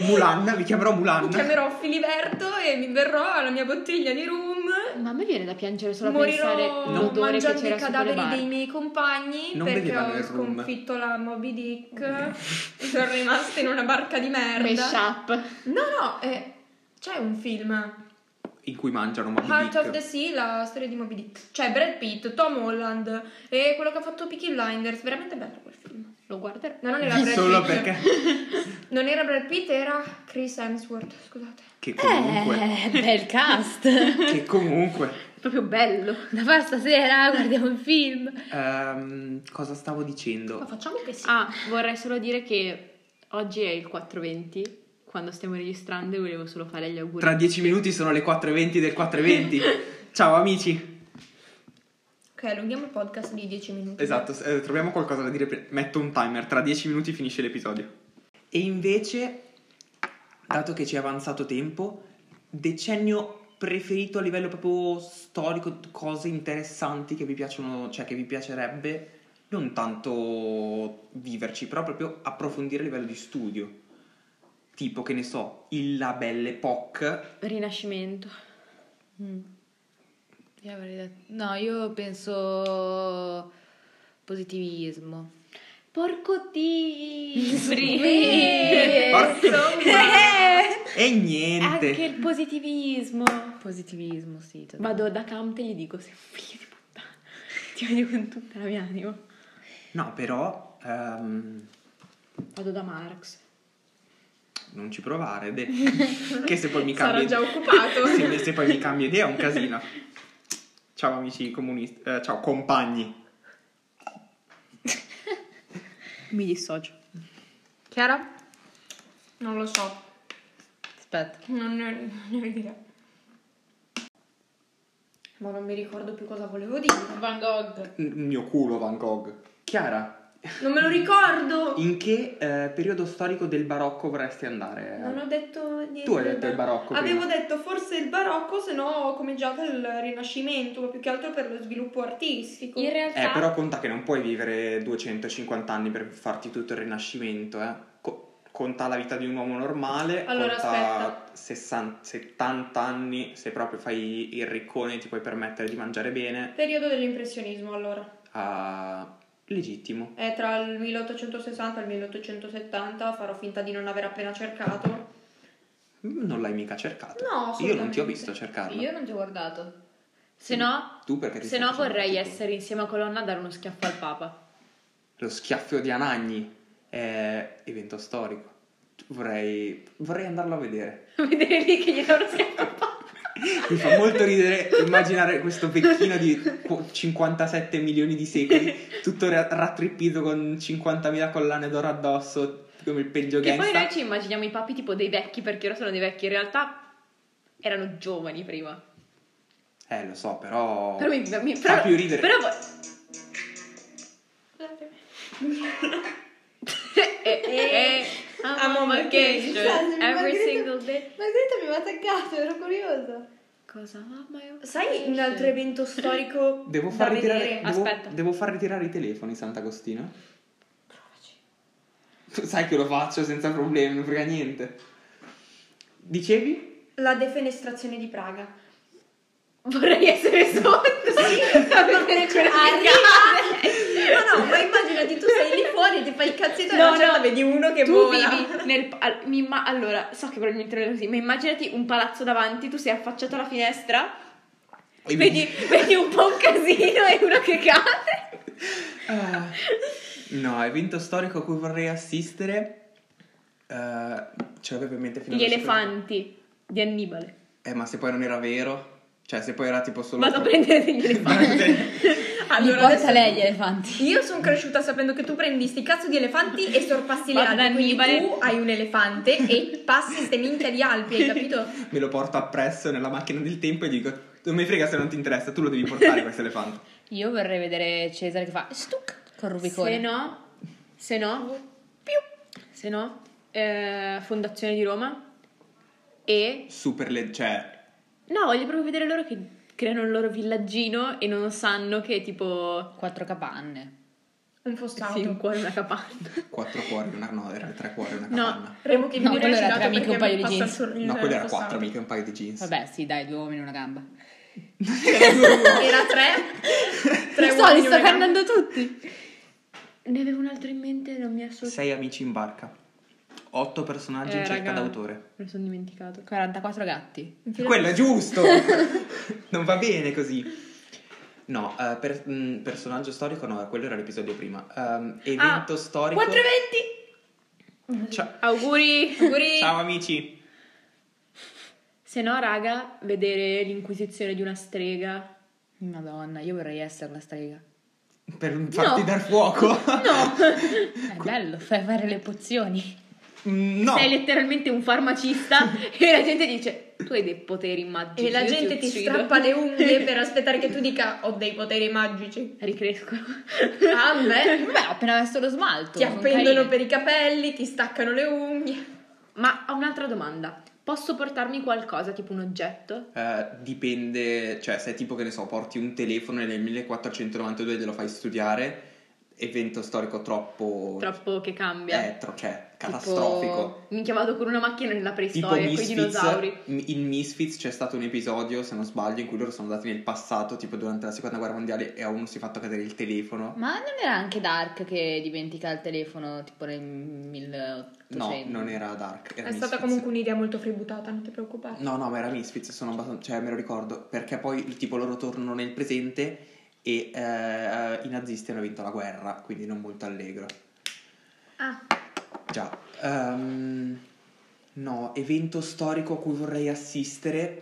Speaker 1: Mulan, mi chiamerò Mulan.
Speaker 2: mi chiamerò Filiberto e mi berrò alla mia bottiglia di rum.
Speaker 4: Ma a me viene da piangere solo a pensare
Speaker 2: Morirò
Speaker 4: all'odore che
Speaker 2: mangiando i
Speaker 4: c'era su quelle
Speaker 2: cadaveri dei
Speaker 4: barche.
Speaker 2: miei compagni
Speaker 1: Non
Speaker 2: perché
Speaker 1: bevevano
Speaker 2: ho
Speaker 1: il rum.
Speaker 2: sconfitto la Moby Dick. sono rimasta in una barca di merda.
Speaker 4: Mashup.
Speaker 2: No, no, eh, c'è un film.
Speaker 1: In cui mangiano Moby
Speaker 2: Heart
Speaker 1: Dick.
Speaker 2: of the Sea, la storia di Moby Dick. Cioè Brad Pitt, Tom Holland e quello che ha fatto Peaky Blinders. Veramente bello quel film.
Speaker 4: Lo guarderò.
Speaker 2: No, non era Brad
Speaker 1: Solo
Speaker 2: Pitt.
Speaker 1: perché...
Speaker 2: Non era Brad Pitt, era Chris Hemsworth, scusate.
Speaker 1: Che comunque...
Speaker 3: Eh, bel cast. [LAUGHS]
Speaker 1: Che comunque...
Speaker 4: Proprio bello.
Speaker 3: da fa stasera guardiamo un film.
Speaker 1: ehm, cosa stavo
Speaker 2: Ma
Speaker 1: dicendo?
Speaker 2: facciamo che sì.
Speaker 4: Ah, vorrei solo dire che oggi è il 4.20, quando stiamo registrando e volevo solo fare gli auguri.
Speaker 2: [LAUGHS]
Speaker 1: Tra dieci minuti sono le 4.20 del 4.20. Ciao amici.
Speaker 2: Ok. allunghiamo il podcast di 10 minuti.
Speaker 1: Esatto, s- eh, troviamo qualcosa da dire. pre- Metto un timer, tra 10 minuti finisce l'episodio. E invece, dato che ci è avanzato tempo, decennio preferito a livello proprio storico, cose interessanti che vi piacciono, cioè che vi piacerebbe non tanto viverci, però proprio approfondire a livello di studio. Tipo, che ne so, il La Belle Époque.
Speaker 4: Rinascimento.
Speaker 3: Mm. Io avrei detto- No, io penso positivismo.
Speaker 4: Porco di... [LAUGHS]
Speaker 1: E niente.
Speaker 4: Anche il positivismo.
Speaker 3: Positivismo, sì. totale.
Speaker 4: Vado da Kant e gli dico, sei un figlio di puttana. [LAUGHS] Ti odio con tutta la mia anima.
Speaker 1: No, però... ehm,
Speaker 4: Vado da Marx.
Speaker 1: non ci provare, de- che se poi mi
Speaker 2: Sarà
Speaker 1: cambia
Speaker 2: già occupato.
Speaker 1: se, se poi mi cambia idea è un casino. Ciao amici comunisti, eh, ciao compagni.
Speaker 4: Mi dissocio.
Speaker 3: Chiara?
Speaker 2: Non lo so,
Speaker 3: Aspetta.
Speaker 2: non ne ne ho idea. Ma non mi ricordo più cosa volevo dire.
Speaker 3: Van Gogh.
Speaker 1: Il mio culo Van Gogh. Chiara,
Speaker 2: Non me lo ricordo.
Speaker 1: in che eh, periodo storico del barocco vorresti andare?
Speaker 2: Non ho detto niente.
Speaker 1: Tu hai detto il barocco
Speaker 2: Avevo
Speaker 1: prima.
Speaker 2: detto forse il barocco, se no ho cominciato il rinascimento, ma più che altro per lo sviluppo artistico.
Speaker 3: In realtà...
Speaker 1: Eh, però conta che non puoi vivere 250 anni per farti tutto il rinascimento, eh. Co- conta la vita di un uomo normale,
Speaker 2: Allora,
Speaker 1: conta 60 70 anni, se proprio fai il riccone ti puoi permettere di mangiare bene,
Speaker 2: Periodo dell'impressionismo, allora.
Speaker 1: ah, legittimo.
Speaker 2: È Eh, tra il 1860 e il 1870, farò finta di non aver appena cercato.
Speaker 1: Non l'hai mica cercato.
Speaker 2: No,
Speaker 1: Io non ti ho
Speaker 2: assolutamente.
Speaker 1: visto cercarlo.
Speaker 3: Io non ti ho guardato.
Speaker 4: Se no,
Speaker 1: Tu perché ti
Speaker 4: se
Speaker 1: stai
Speaker 4: no
Speaker 1: facendo
Speaker 4: vorrei
Speaker 1: tipo
Speaker 4: essere insieme a Colonna a dare uno schiaffo al Papa. [LAUGHS]
Speaker 1: Lo schiaffo di Anagni è evento storico. Vorrei, vorrei andarlo a vedere.
Speaker 4: Vedere lì che gli dà uno schiaffo al Papa.
Speaker 1: Mi fa molto ridere immaginare questo vecchino di qu- 57 milioni di
Speaker 4: [LAUGHS]
Speaker 1: secoli, tutto ra- rattrippito con 50.000 collane d'oro addosso, come il peggio
Speaker 4: Che poi
Speaker 1: gangsta.
Speaker 4: noi ci immaginiamo i papi tipo dei vecchi perché ora sono dei vecchi. In realtà erano giovani prima.
Speaker 1: Eh, lo so, però...
Speaker 4: Però mi, mi-
Speaker 1: Fa
Speaker 4: però-
Speaker 1: più ridere.
Speaker 4: Però vo- [LAUGHS] eh, Esatto, eh, I'm on vacation every single day.
Speaker 2: Margherita mi ha attaccato, ero curiosa.
Speaker 4: Cosa?
Speaker 2: Sai un altro evento storico
Speaker 1: [LAUGHS] Devo
Speaker 2: da
Speaker 1: far, ritirare,
Speaker 2: vedere?
Speaker 1: devo,
Speaker 4: Aspetta.
Speaker 1: devo far ritirare i telefoni, Sant'Agostino. Sai che lo faccio senza problemi, non frega niente. Dicevi?
Speaker 2: La defenestrazione di Praga.
Speaker 4: Vorrei [LAUGHS] essere sotto. a vedere quella
Speaker 2: Ma no, ma immaginati tu sei lì fuori e ti fai il cazzetto
Speaker 4: No,
Speaker 2: e
Speaker 4: no,
Speaker 2: vedi uno che
Speaker 4: tu
Speaker 2: vola.
Speaker 4: vivi nel al- mi imma- allora so che probabilmente non è così ma immaginati un palazzo davanti tu sei affacciato alla finestra
Speaker 1: E
Speaker 4: vedi, vedi un po' un casino e uno che cade
Speaker 1: Ah. no, evento storico a cui vorrei assistere. eh, ce l'avevo in mente fino
Speaker 4: gli
Speaker 1: adesso.
Speaker 4: elefanti di Annibale
Speaker 1: Eh, ma se poi non era vero? Cioè, se poi era tipo solo...
Speaker 4: vado a
Speaker 1: [LAUGHS]
Speaker 4: prendere degli elefanti
Speaker 3: Allora,
Speaker 2: Allora, adesso-
Speaker 3: lei gli elefanti.
Speaker 2: Io sono cresciuta sapendo che tu prendi sti cazzo di elefanti e sorpassi le
Speaker 4: Vado da
Speaker 2: Alpi, quindi
Speaker 4: Annibale.
Speaker 2: tu hai un elefante e passi ste minchia di Alpi, hai capito?
Speaker 1: Me lo porto appresso nella macchina del tempo e dico... Non mi frega se non ti interessa, tu lo devi
Speaker 4: [LAUGHS]
Speaker 1: portare questo elefante.
Speaker 3: Io vorrei vedere Cesare che fa stuc col rubicone.
Speaker 4: se no se no più, se no eh, fondazione di Roma e
Speaker 1: Super le... cioè...
Speaker 4: no voglio proprio vedere loro che creano il loro villaggino e non sanno che tipo
Speaker 3: Quattro capanne.
Speaker 2: Un fossato.
Speaker 4: sì, un cuore una capanna
Speaker 1: Quattro cuori, una... no, era tre cuori, una
Speaker 4: No.
Speaker 1: capanna.
Speaker 2: Remo che
Speaker 3: No,
Speaker 2: mi
Speaker 3: quello era
Speaker 2: ha
Speaker 3: tre amiche e un paio di jeans.
Speaker 1: No, quello era quattro, mica un paio di jeans.
Speaker 3: Vabbè, sì, dai, due uomini e una gamba.
Speaker 2: [LAUGHS] Era tre. [LAUGHS] tre
Speaker 3: Lo so,
Speaker 2: uomini,
Speaker 3: li sto
Speaker 2: una gamba.
Speaker 3: cantando tutti.
Speaker 4: ne avevo un altro in mente non mi ha assolut-
Speaker 1: Sei amici in barca. Otto personaggi
Speaker 4: Eh,
Speaker 1: in cerca
Speaker 4: raga.
Speaker 1: d'autore.
Speaker 4: me lo sono dimenticato
Speaker 3: 44 gatti.
Speaker 1: Quello è giusto!
Speaker 4: [LAUGHS]
Speaker 1: non va bene così. No, eh, per- mh, personaggio storico no, quello era l'episodio prima. Ehm, evento
Speaker 4: Ah,
Speaker 1: storico.
Speaker 4: 420
Speaker 1: Ciao-
Speaker 4: auguri
Speaker 2: Auguri.
Speaker 1: Ciao amici!
Speaker 4: se no raga vedere l'inquisizione di una strega
Speaker 3: Madonna, io vorrei essere la strega.
Speaker 1: Per farti dar fuoco.
Speaker 3: È bello, fai fare le pozioni.
Speaker 1: [LAUGHS] Mm, No,
Speaker 4: Sei letteralmente un farmacista e la gente dice tu hai dei poteri magici.
Speaker 2: E la
Speaker 4: io
Speaker 2: gente ti
Speaker 4: uccido."
Speaker 2: strappa le unghie per aspettare che tu dica ho dei poteri
Speaker 4: [LAUGHS]
Speaker 2: magici.
Speaker 4: Ricrescono.
Speaker 3: [LAUGHS]
Speaker 2: Ah, beh.
Speaker 3: Beh, ho appena messo lo smalto.
Speaker 2: Ti
Speaker 3: sono
Speaker 2: appendono
Speaker 3: carine.
Speaker 2: per i capelli, ti staccano le unghie.
Speaker 4: [LAUGHS] Ma ho un'altra domanda. Posso portarmi qualcosa, tipo un oggetto?
Speaker 1: Eh, dipende, cioè se è tipo che ne so, porti un telefono e nel 1492 te lo fai studiare, evento storico troppo...
Speaker 4: Troppo che cambia.
Speaker 1: eh, tro- cioè, catastrofico.
Speaker 4: Tipo, minchia vado con una macchina nella
Speaker 1: Tipo
Speaker 4: preistoria con i
Speaker 1: Misfits,
Speaker 4: dinosauri.
Speaker 1: m- in Misfits c'è stato un episodio, se non sbaglio, in cui loro sono andati nel passato, tipo durante la seconda guerra mondiale, e a uno si è fatto cadere il
Speaker 2: Mm.
Speaker 1: telefono.
Speaker 3: Ma non era anche Dark che dimentica il telefono tipo nel 1800?
Speaker 1: No, non era Dark. Era
Speaker 2: È stata
Speaker 1: Misfits.
Speaker 2: comunque un'idea molto fributata, non ti preoccupare.
Speaker 1: No, no, ma era Misfits, sono abbastanza... cioè me lo ricordo, perché poi tipo loro tornano nel presente e eh, i nazisti hanno vinto la guerra, quindi non molto allegro.
Speaker 2: Ah,
Speaker 1: Già. Ehm, no, evento storico a cui vorrei assistere.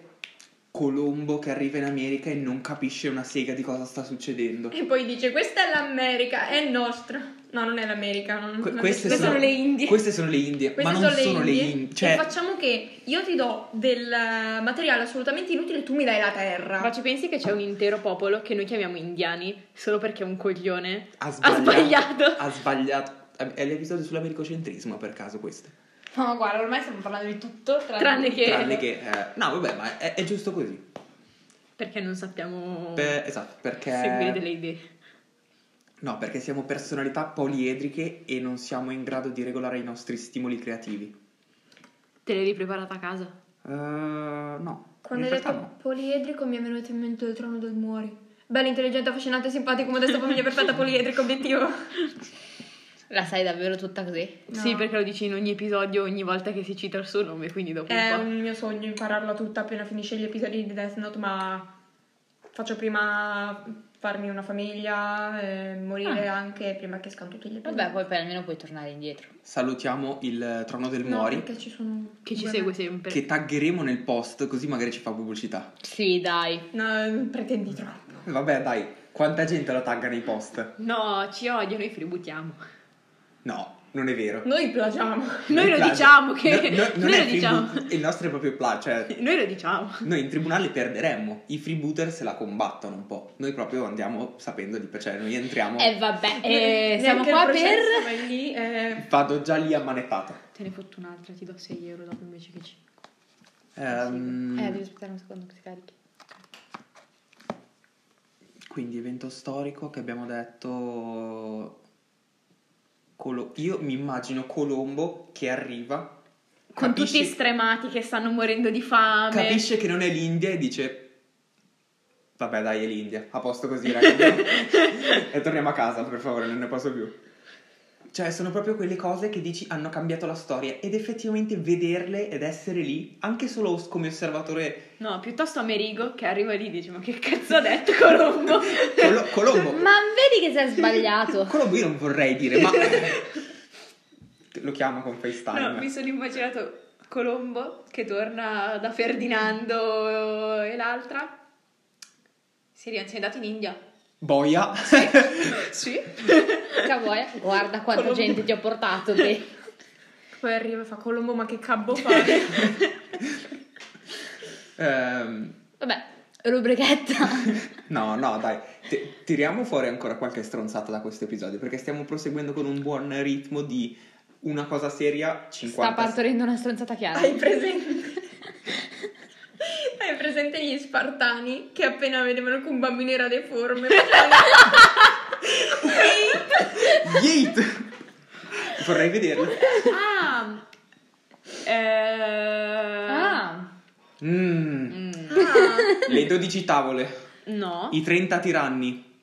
Speaker 1: Colombo che arriva in America e non capisce una sega di cosa sta succedendo.
Speaker 2: e poi dice questa è l'America, è nostra. No, non è l'America, non,
Speaker 1: Que-
Speaker 2: non-
Speaker 1: queste,
Speaker 2: sono, le Indie.
Speaker 1: Queste sono le Indie,
Speaker 2: Queste
Speaker 1: ma non sono le Indie.
Speaker 2: E
Speaker 1: Cioè,
Speaker 2: facciamo che io ti do del eh, materiale assolutamente inutile e tu mi dai la terra.
Speaker 4: Ma ci pensi che c'è un intero popolo che noi chiamiamo indiani solo perché è un coglione? [LAUGHS]
Speaker 1: ha sbagliato.
Speaker 4: sbagliato.
Speaker 1: Ha sbagliato. È l'episodio sull'americocentrismo, per caso, questo.
Speaker 3: No, guarda, ormai stiamo parlando di tutto tranne,
Speaker 4: Tranne che-
Speaker 1: Tranne che... eh, no, vabbè, ma è, è giusto così.
Speaker 4: Perché non sappiamo
Speaker 1: Per- esatto, perché...
Speaker 4: seguire delle idee.
Speaker 1: No, perché siamo personalità poliedriche e non siamo in grado di regolare i nostri stimoli creativi.
Speaker 4: Te l'hai ripreparata a casa?
Speaker 1: Eh, no.
Speaker 2: Quando
Speaker 1: in
Speaker 2: hai
Speaker 1: realtà
Speaker 2: detto
Speaker 1: no.
Speaker 2: poliedrico mi è venuto in mente il trono del muori. Bello, intelligente, affascinante, simpatico, [LAUGHS] modesto, famiglia perfetta, poliedrico, obiettivo.
Speaker 3: La sai davvero tutta così?
Speaker 2: No.
Speaker 4: Sì, perché lo dici in ogni episodio, ogni volta che si cita il suo nome, quindi dopo
Speaker 2: È
Speaker 4: un po'.
Speaker 2: un mio sogno impararla tutta appena finisce gli episodi di Death Note, ma faccio prima farmi una famiglia, eh, morire anche prima che scanto tutti gli episodi.
Speaker 3: Vabbè, poi per almeno puoi tornare indietro.
Speaker 1: Salutiamo il trono del
Speaker 2: No,
Speaker 1: Mori
Speaker 2: perché ci sono...
Speaker 4: Che ci
Speaker 2: due-
Speaker 4: segue sempre.
Speaker 1: che taggeremo nel post così magari ci fa pubblicità.
Speaker 3: Sì, dai.
Speaker 2: No, pretendi troppo.
Speaker 1: Vabbè, dai, quanta gente la tagga nei post?
Speaker 4: No, ci odia, noi fributiamo.
Speaker 1: No, non è vero.
Speaker 2: Noi plagiamo.
Speaker 4: Noi lo
Speaker 1: plagi-
Speaker 4: diciamo che-
Speaker 1: No, no, non
Speaker 4: [LAUGHS] noi
Speaker 1: è
Speaker 4: lo diciamo.
Speaker 1: tribu- Il nostro è proprio pla, cioè
Speaker 4: Noi lo diciamo.
Speaker 1: noi in tribunale perderemmo, i freebooter se la combattono un po'. Noi proprio andiamo sapendo di cioè noi entriamo
Speaker 3: E vabbè, eh,
Speaker 2: Neanche
Speaker 3: siamo
Speaker 2: il
Speaker 3: qua per...
Speaker 2: processo, vai lì, eh,
Speaker 1: vado già lì ammanettato.
Speaker 4: Te ne fotto un'altra, ti do 6 euro dopo invece che 5.
Speaker 1: Ehm,
Speaker 3: Eh, devi aspettare un secondo che si carichi.
Speaker 1: Quindi evento storico che abbiamo detto... Colo- Io mi immagino Colombo che arriva,
Speaker 4: Con
Speaker 1: capisce,
Speaker 4: tutti stremati che stanno morendo di fame.
Speaker 1: capisce che non è l'India e dice... Vabbè dai è l'India, a posto così
Speaker 4: [LAUGHS]
Speaker 1: ragazzi. e torniamo a casa per favore, non ne posso più. Cioè sono proprio quelle cose che dici hanno cambiato la storia ed effettivamente vederle ed essere lì, anche solo os- come osservatore...
Speaker 4: No, piuttosto Amerigo che arriva lì e dice ma che cazzo ha detto Colombo?
Speaker 1: Colo-
Speaker 4: [LAUGHS]
Speaker 1: Colombo...
Speaker 3: Ma vedi che sei sbagliato.
Speaker 1: Colombo io non vorrei dire, ma... Lo chiamo con FaceTime.
Speaker 4: No, mi sono immaginato Colombo che torna da Ferdinando e l'altra. Sirian, sei andato in India?
Speaker 1: Boia.
Speaker 4: [LAUGHS] Sì.
Speaker 3: Cavoia, eh, guarda quanta
Speaker 4: Colombo.
Speaker 3: gente ti ho portato. Che...
Speaker 2: Poi arriva e fa Colombo, ma
Speaker 4: [LAUGHS]
Speaker 2: che cabbo fai?
Speaker 1: Ehm,
Speaker 3: Vabbè, rubrichetta.
Speaker 1: no, no, dai. Ti- tiriamo fuori ancora qualche stronzata da questo episodio perché stiamo proseguendo con un buon ritmo di una cosa seria
Speaker 3: Sta
Speaker 1: 50.
Speaker 3: partorendo una stronzata chiara.
Speaker 2: Hai
Speaker 3: [LAUGHS]
Speaker 2: presente? Hai presente gli spartani che appena vedevano che un bambino
Speaker 3: [LAUGHS]
Speaker 2: era deforme facevano-
Speaker 1: Yeet! Vorrei vederlo.
Speaker 4: Ah.
Speaker 2: [LAUGHS]
Speaker 4: Eh,
Speaker 3: Ah,
Speaker 1: Mm,
Speaker 4: mm,
Speaker 1: le 12 tavole,
Speaker 4: No,
Speaker 1: i 30 tiranni,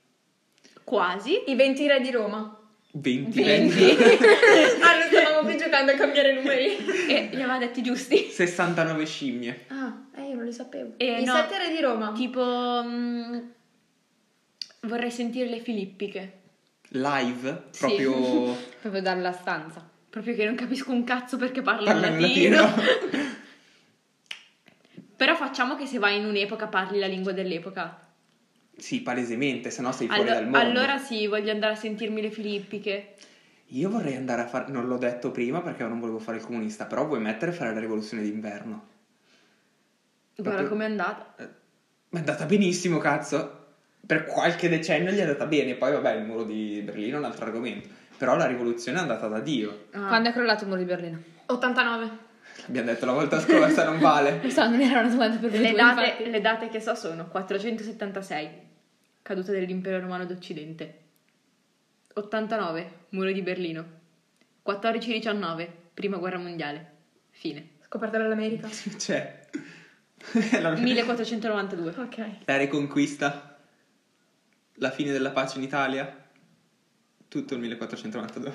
Speaker 4: quasi.
Speaker 2: I 20 re di Roma.
Speaker 1: 20
Speaker 3: venti.
Speaker 2: Ah, non stavamo più giocando a cambiare numeri.
Speaker 4: [LAUGHS] E li aveva detti giusti.
Speaker 1: 69 scimmie.
Speaker 2: Ah, eh, io non li sapevo.
Speaker 4: Eh,
Speaker 2: I
Speaker 4: no.
Speaker 2: sette re di Roma.
Speaker 4: Tipo... mm, vorrei sentire le filippiche.
Speaker 1: Live,
Speaker 4: Sì.
Speaker 1: proprio
Speaker 3: Proprio dalla stanza.
Speaker 4: Proprio che non capisco un cazzo perché parla
Speaker 1: parla in
Speaker 4: in
Speaker 1: latino.
Speaker 4: [LAUGHS] latino. Però facciamo che se vai in un'epoca parli la lingua dell'epoca.
Speaker 1: Sì, palesemente, se no sei fuori
Speaker 4: Allo-
Speaker 1: dal mondo.
Speaker 4: Allora sì, voglio andare a sentirmi le filippiche.
Speaker 1: Io vorrei andare a fare, non l'ho detto prima perché non volevo fare il comunista, però vuoi mettere a fare la rivoluzione d'inverno.
Speaker 4: Guarda
Speaker 1: Proprio-
Speaker 4: com'è andata.
Speaker 1: Ma è andata benissimo, cazzo. Per qualche decennio gli è andata bene, poi vabbè il muro di Berlino è un altro argomento. Però la rivoluzione è andata da Dio.
Speaker 4: Ah.
Speaker 3: Quando è crollato il muro di Berlino?
Speaker 2: 89.
Speaker 1: Abbiamo detto la volta scorsa, non vale.
Speaker 3: So, non era una domanda per voi
Speaker 4: Le
Speaker 3: due, infatti.
Speaker 4: date, le date che so sono 476, caduta dell'impero romano d'Occidente, 89, muro di Berlino, 14-19, prima guerra mondiale,
Speaker 1: [LAUGHS]
Speaker 4: fine,
Speaker 2: Scoperta dall'America.
Speaker 1: Cioè, [LAUGHS] è la,
Speaker 4: 1492,
Speaker 2: Ok.
Speaker 1: la riconquista, la fine della pace in Italia, tutto il 1492.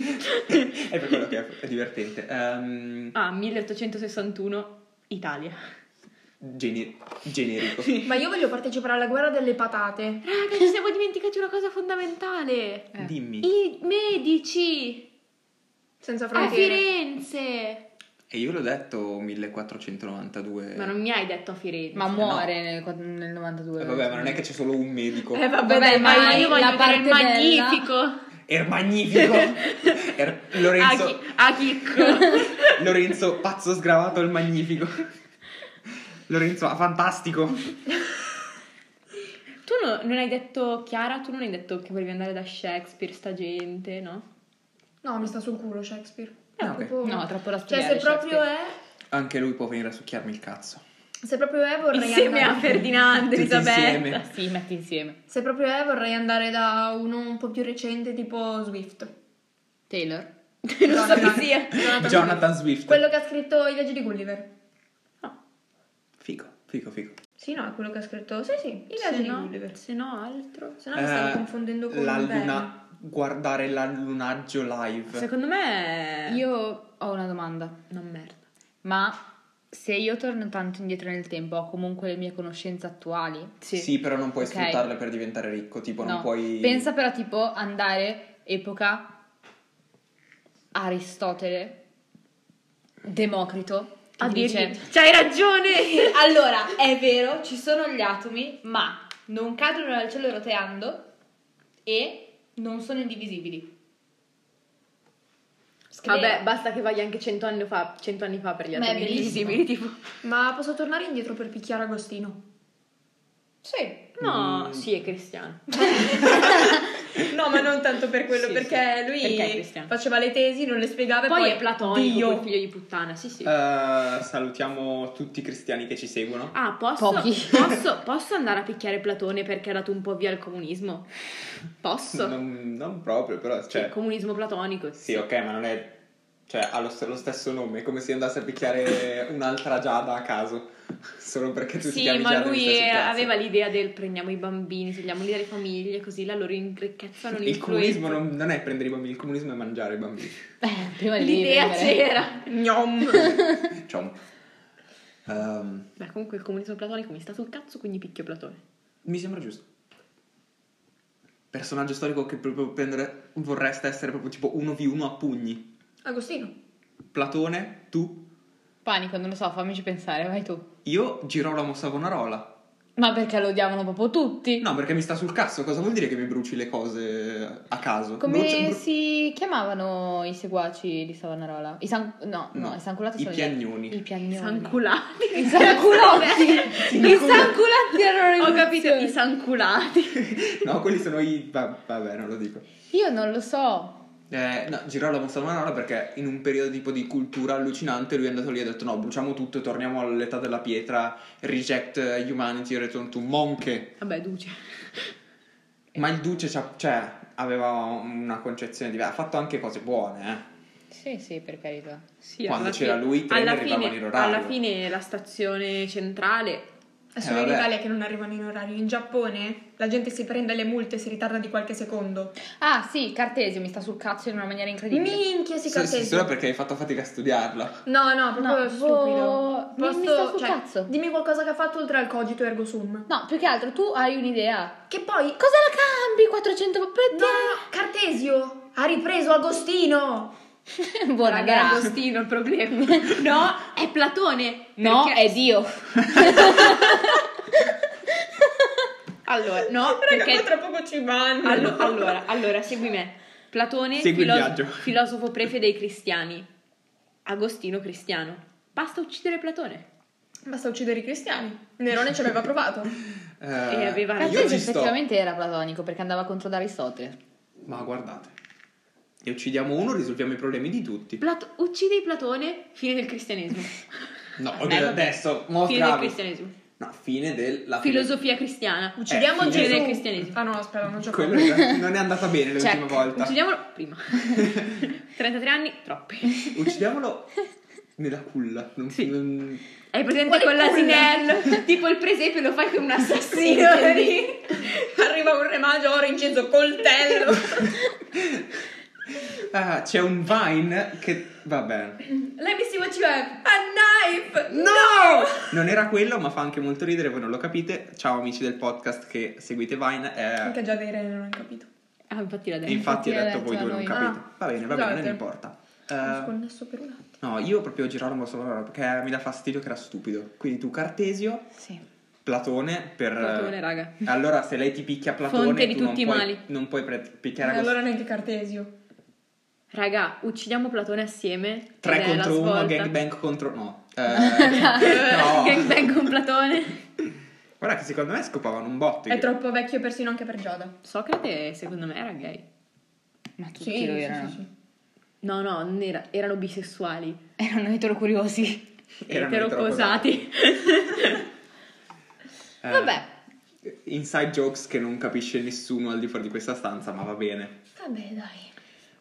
Speaker 1: [LAUGHS] è per quello che è, è divertente. Ehm,
Speaker 4: ah 1861,
Speaker 1: [LAUGHS]
Speaker 4: Italia.
Speaker 1: gene-
Speaker 4: [LAUGHS]
Speaker 1: generico.
Speaker 4: Eh.
Speaker 2: Ma io voglio partecipare alla guerra delle patate.
Speaker 4: Raga, ci siamo dimenticati una cosa fondamentale,
Speaker 3: Eh.
Speaker 1: Dimmi.
Speaker 4: i medici
Speaker 2: Senza
Speaker 4: a
Speaker 2: frontiere.
Speaker 4: Firenze.
Speaker 1: E io l'ho detto 1492.
Speaker 4: Ma non mi hai detto a Firenze.
Speaker 3: Ma muore nel, qua- nel 92.
Speaker 1: Eh, vabbè, ma non è che c'è solo un medico.
Speaker 2: Eh vabbè,
Speaker 3: Vabbè,
Speaker 2: dai,
Speaker 3: ma
Speaker 2: vai.
Speaker 4: Ma io voglio
Speaker 3: la
Speaker 4: dire il
Speaker 3: parte bella-
Speaker 4: magnifico.
Speaker 1: Er
Speaker 4: [LAUGHS]
Speaker 1: magnifico! Er- Lorenzo,
Speaker 4: Achi- [LAUGHS] Achicco.
Speaker 1: Lorenzo, pazzo sgravato il
Speaker 4: [LAUGHS]
Speaker 1: magnifico. Lorenzo, ah, fantastico.
Speaker 4: Tu no- non hai detto, Chiara, tu non hai detto che volevi andare da Shakespeare, sta gente, no?
Speaker 2: No, mi sta sul culo Shakespeare.
Speaker 1: Ah, ok.
Speaker 2: proprio-
Speaker 3: No, troppo da certo.
Speaker 2: Cioè,
Speaker 3: spiegare.
Speaker 2: se proprio è...
Speaker 1: Anche lui può venire a succhiarmi il cazzo.
Speaker 2: Se proprio è vorrei
Speaker 4: Insieme a
Speaker 2: andare...
Speaker 4: Ferdinando,
Speaker 1: Tutti
Speaker 4: Elisabetta.
Speaker 1: insieme.
Speaker 3: [LAUGHS] Shakespeare. Sì, metti insieme.
Speaker 2: Se proprio è vorrei andare da uno un po' più recente tipo Swift.
Speaker 3: Taylor.
Speaker 4: non so chi
Speaker 1: [LAUGHS]
Speaker 4: sia.
Speaker 1: Jonathan Swift.
Speaker 2: Quello che ha scritto I viaggi di Gulliver.
Speaker 1: Figo, figo, figo.
Speaker 2: Sì, no, è quello che ha scritto... Sì, sì, I viaggi
Speaker 4: Se
Speaker 2: di
Speaker 4: no,
Speaker 2: Gulliver.
Speaker 4: se no altro.
Speaker 2: Se no mi stavo
Speaker 1: Eh,
Speaker 2: confondendo con
Speaker 1: la
Speaker 2: Verne.
Speaker 1: luna- Guardare l'allunaggio live.
Speaker 4: Secondo me...
Speaker 3: Eh. Io ho una domanda.
Speaker 4: Non merda.
Speaker 3: Ma se io torno tanto indietro nel tempo, ho comunque le mie conoscenze attuali?
Speaker 1: sì. però non puoi
Speaker 3: Ok.
Speaker 1: sfruttarle per diventare ricco. Tipo, non puoi.
Speaker 3: Pensa però tipo andare epoca Aristotele, Democrito, che
Speaker 4: A
Speaker 3: ti
Speaker 4: dirgli,
Speaker 3: dice
Speaker 4: C'hai [LAUGHS] ragione!
Speaker 3: allora è vero ci sono gli atomi ma non cadono dal cielo roteando e non sono indivisibili.
Speaker 4: Vabbè, basta che vai anche cento anni fa, cento anni fa per gli
Speaker 3: Ma è
Speaker 4: altri
Speaker 3: bellissimo.
Speaker 4: invisibili, tipo.
Speaker 2: Ma posso tornare indietro per picchiare Agostino?
Speaker 3: Sì.
Speaker 4: [LAUGHS] No, sì, è cristiano.
Speaker 2: No, ma non tanto per
Speaker 3: [LAUGHS]
Speaker 2: quello,
Speaker 4: Sì,
Speaker 2: perché
Speaker 4: sì.
Speaker 2: lui
Speaker 4: Perché è cristiano.
Speaker 2: faceva le tesi, non le spiegava e
Speaker 4: Poi,
Speaker 2: poi...
Speaker 4: è platonico,
Speaker 2: Dio.
Speaker 4: quel figlio di puttana, sì sì.
Speaker 1: Eh, salutiamo tutti i cristiani che ci seguono.
Speaker 4: Ah, posso,
Speaker 3: Pochi.
Speaker 4: posso, posso andare a picchiare Platone perché ha dato un po' via al comunismo? Posso?
Speaker 1: Non, non proprio, però.
Speaker 4: Cioè,
Speaker 1: Cioè,
Speaker 4: il comunismo platonico.
Speaker 1: Sì, ok, ma non è. Cioè, ha lo, st- lo stesso nome, è come se andasse a picchiare un'altra Giada a caso. [LAUGHS] Solo perché tu ti
Speaker 4: Sì,
Speaker 1: chiami
Speaker 4: ma
Speaker 1: Giada e mi
Speaker 4: lui
Speaker 1: stai sul
Speaker 4: eh,
Speaker 1: cazzo.
Speaker 4: aveva l'idea del prendiamo i bambini, togliamoli dalle famiglie, così la loro in- ricchezza non
Speaker 1: Il
Speaker 4: influenza.
Speaker 1: comunismo non, non è prendere i bambini, il comunismo è mangiare i
Speaker 3: [LAUGHS]
Speaker 1: bambini.
Speaker 3: prima di
Speaker 4: L'idea
Speaker 3: vivere.
Speaker 4: c'era.
Speaker 2: Gnom.
Speaker 1: Ciao. Ehm,
Speaker 4: Beh, comunque il comunismo platonico mi sta sul cazzo, quindi picchio Platone.
Speaker 1: mi sembra giusto. Personaggio storico che proprio prendere, vorreste essere proprio tipo 1v1 a pugni.
Speaker 2: Agostino.
Speaker 1: Platone, tu,
Speaker 3: Panico, non lo so, fammici pensare, vai tu.
Speaker 1: io, Girolamo Savonarola.
Speaker 3: Ma perché lo odiavano proprio tutti?
Speaker 1: No, perché mi sta sul cazzo, cosa vuol dire che mi bruci le cose a caso?
Speaker 3: Come
Speaker 1: Bruci- bru-
Speaker 3: si chiamavano i seguaci di Savonarola? I san... No, no,
Speaker 1: No,
Speaker 3: i sanculati
Speaker 1: i
Speaker 3: sono gli-
Speaker 1: piagnoni.
Speaker 3: I piagnoni.
Speaker 4: Sanculati.
Speaker 3: I
Speaker 4: [LAUGHS]
Speaker 3: sanculati. [LAUGHS] I sanculati erano
Speaker 4: Ho
Speaker 3: rivoluzione.
Speaker 4: capito, i sanculati.
Speaker 1: No, quelli sono i... va- vabbè, non lo dico.
Speaker 3: Io non lo so.
Speaker 1: Eh, no, Girolamo Savonarola perché in un periodo tipo di cultura allucinante lui è andato lì e ha detto no, bruciamo tutto, torniamo all'età della pietra, reject humanity, return to monche.
Speaker 4: Vabbè, duce.
Speaker 1: Ma il duce c'ha- cioè, aveva una concezione diversa, ha fatto anche cose buone, eh.
Speaker 3: Sì, sì, per carità.
Speaker 4: Sì,
Speaker 1: Quando
Speaker 4: alla
Speaker 1: c'era lui, i treni
Speaker 4: alla
Speaker 1: arrivavano
Speaker 4: fine-
Speaker 1: in orario.
Speaker 4: Alla fine la stazione centrale
Speaker 2: È solo in
Speaker 1: Eh, vabbè.
Speaker 2: Italia che non arrivano in orario. In Giappone la gente si prende le multe e si ritarda di qualche secondo.
Speaker 3: Ah, sì, Cartesio mi sta sul cazzo in una maniera incredibile.
Speaker 2: Minchia,
Speaker 1: eh.
Speaker 2: si
Speaker 1: So-
Speaker 2: carteggia.
Speaker 1: sì, solo perché hai fatto fatica a studiarla.
Speaker 2: No, no, proprio
Speaker 3: No, boh,
Speaker 2: stupido. cioè,
Speaker 3: mi- mi sta sul cazzo.
Speaker 2: Dimmi qualcosa che ha fatto oltre al cogito ergo sum.
Speaker 3: No, più che altro tu hai un'idea.
Speaker 2: Che poi... No,
Speaker 3: Cosa la cambi 400 per
Speaker 2: no, no, Cartesio ha ripreso Agostino.
Speaker 3: te? [LAUGHS] Buona
Speaker 4: Raga, è
Speaker 3: gara.
Speaker 4: Agostino il problema. [LAUGHS] No, è Platone.
Speaker 3: No,
Speaker 4: Perché-
Speaker 3: è Dio.
Speaker 4: Allora, no,
Speaker 2: Raga,
Speaker 4: perché...
Speaker 2: qua tra poco ci vanno.
Speaker 4: Allo- allora, allora, segui me. Platone,
Speaker 1: Segui il
Speaker 4: filos-
Speaker 1: viaggio. [LAUGHS]
Speaker 4: filosofo prefe dei cristiani. Agostino cristiano. Basta uccidere Platone.
Speaker 2: Basta uccidere i cristiani. Nerone ci aveva provato.
Speaker 1: [LAUGHS] Eh,
Speaker 4: E aveva ragione.
Speaker 1: io
Speaker 3: Cazzo,
Speaker 1: ci sto.
Speaker 3: effettivamente era platonico perché andava contro ad Aristotele.
Speaker 1: Ma guardate, ne uccidiamo uno, risolviamo i problemi di tutti.
Speaker 4: Plat- uccidi Platone, fine del cristianesimo.
Speaker 1: Ah, No,
Speaker 4: Eh, vabbè.
Speaker 1: adesso, mo
Speaker 4: fine del
Speaker 1: stravi.
Speaker 4: cristianesimo.
Speaker 1: No, fine della
Speaker 4: Filosofia cristiana.
Speaker 2: Uccidiamo
Speaker 1: Eh,
Speaker 4: fine
Speaker 2: Gesù.
Speaker 4: del cristianesimo.
Speaker 2: Ah no, aspetta, non c'ho
Speaker 1: Quello
Speaker 2: fatto.
Speaker 1: era- non è andata bene l'ultima
Speaker 4: Check.
Speaker 1: volta.
Speaker 4: Uccidiamolo
Speaker 1: [LAUGHS]
Speaker 4: prima. 33 anni, troppi.
Speaker 1: Uccidiamolo nella culla. Non,
Speaker 4: Sì.
Speaker 1: non-
Speaker 4: Hai presente
Speaker 2: Quale
Speaker 4: con l'asinello? [LAUGHS] tipo il presepe lo fai con un
Speaker 2: Sì,
Speaker 4: assassino.
Speaker 2: vedi?
Speaker 4: [LAUGHS]
Speaker 2: Arriva un re magio ora incenso coltello.
Speaker 1: Ah, c'è un Vine che... Va bene.
Speaker 2: Let me see what you have. A knife!
Speaker 1: No! Non era quello, ma fa anche molto ridere, voi non lo capite. Ciao amici del podcast che seguite Vine. eh,
Speaker 2: Anche già dei re non ho capito.
Speaker 4: ah, infatti la
Speaker 1: e infatti ho
Speaker 3: l'ha
Speaker 1: detto
Speaker 3: detto
Speaker 1: voi
Speaker 3: a
Speaker 1: due, non
Speaker 3: noi.
Speaker 1: capite.
Speaker 2: Ah,
Speaker 1: va bene, va bene, non
Speaker 2: scusate.
Speaker 1: importa. Eh,
Speaker 2: Sono sconnesso per un attimo.
Speaker 1: no, io proprio Girolamo Savonara perché mi dà fastidio che era stupido. Quindi tu Cartesio,
Speaker 3: Sì.
Speaker 1: Platone per...
Speaker 4: Platone, raga.
Speaker 1: Allora se lei ti picchia Platone...
Speaker 4: Fonte di
Speaker 1: tu non
Speaker 4: tutti i
Speaker 1: puoi-
Speaker 4: mali. Eh,
Speaker 1: Non puoi pre- picchiare
Speaker 2: E
Speaker 1: Agostino.
Speaker 2: Eh, allora neanche Cartesio.
Speaker 4: Raga, uccidiamo Platone assieme.
Speaker 1: 3
Speaker 4: Ed è la
Speaker 1: contro 1,
Speaker 4: svolta. [LAUGHS]
Speaker 1: gangbang contro... No. Eh, no.
Speaker 4: Gangbang con Platone.
Speaker 1: Guarda che secondo me scopavano un botto.
Speaker 2: È troppo vecchio persino anche per Giada.
Speaker 4: Socrate, secondo me, era gay.
Speaker 3: Ma tutti lo erano.
Speaker 4: No, no, non era- erano bisessuali.
Speaker 3: Erano eterocuriosi.
Speaker 1: Erano
Speaker 4: Eterocosati.
Speaker 1: Eh,
Speaker 3: Vabbè.
Speaker 1: Inside jokes che non capisce nessuno al di fuori di questa stanza, ma va bene.
Speaker 2: Vabbè, dai.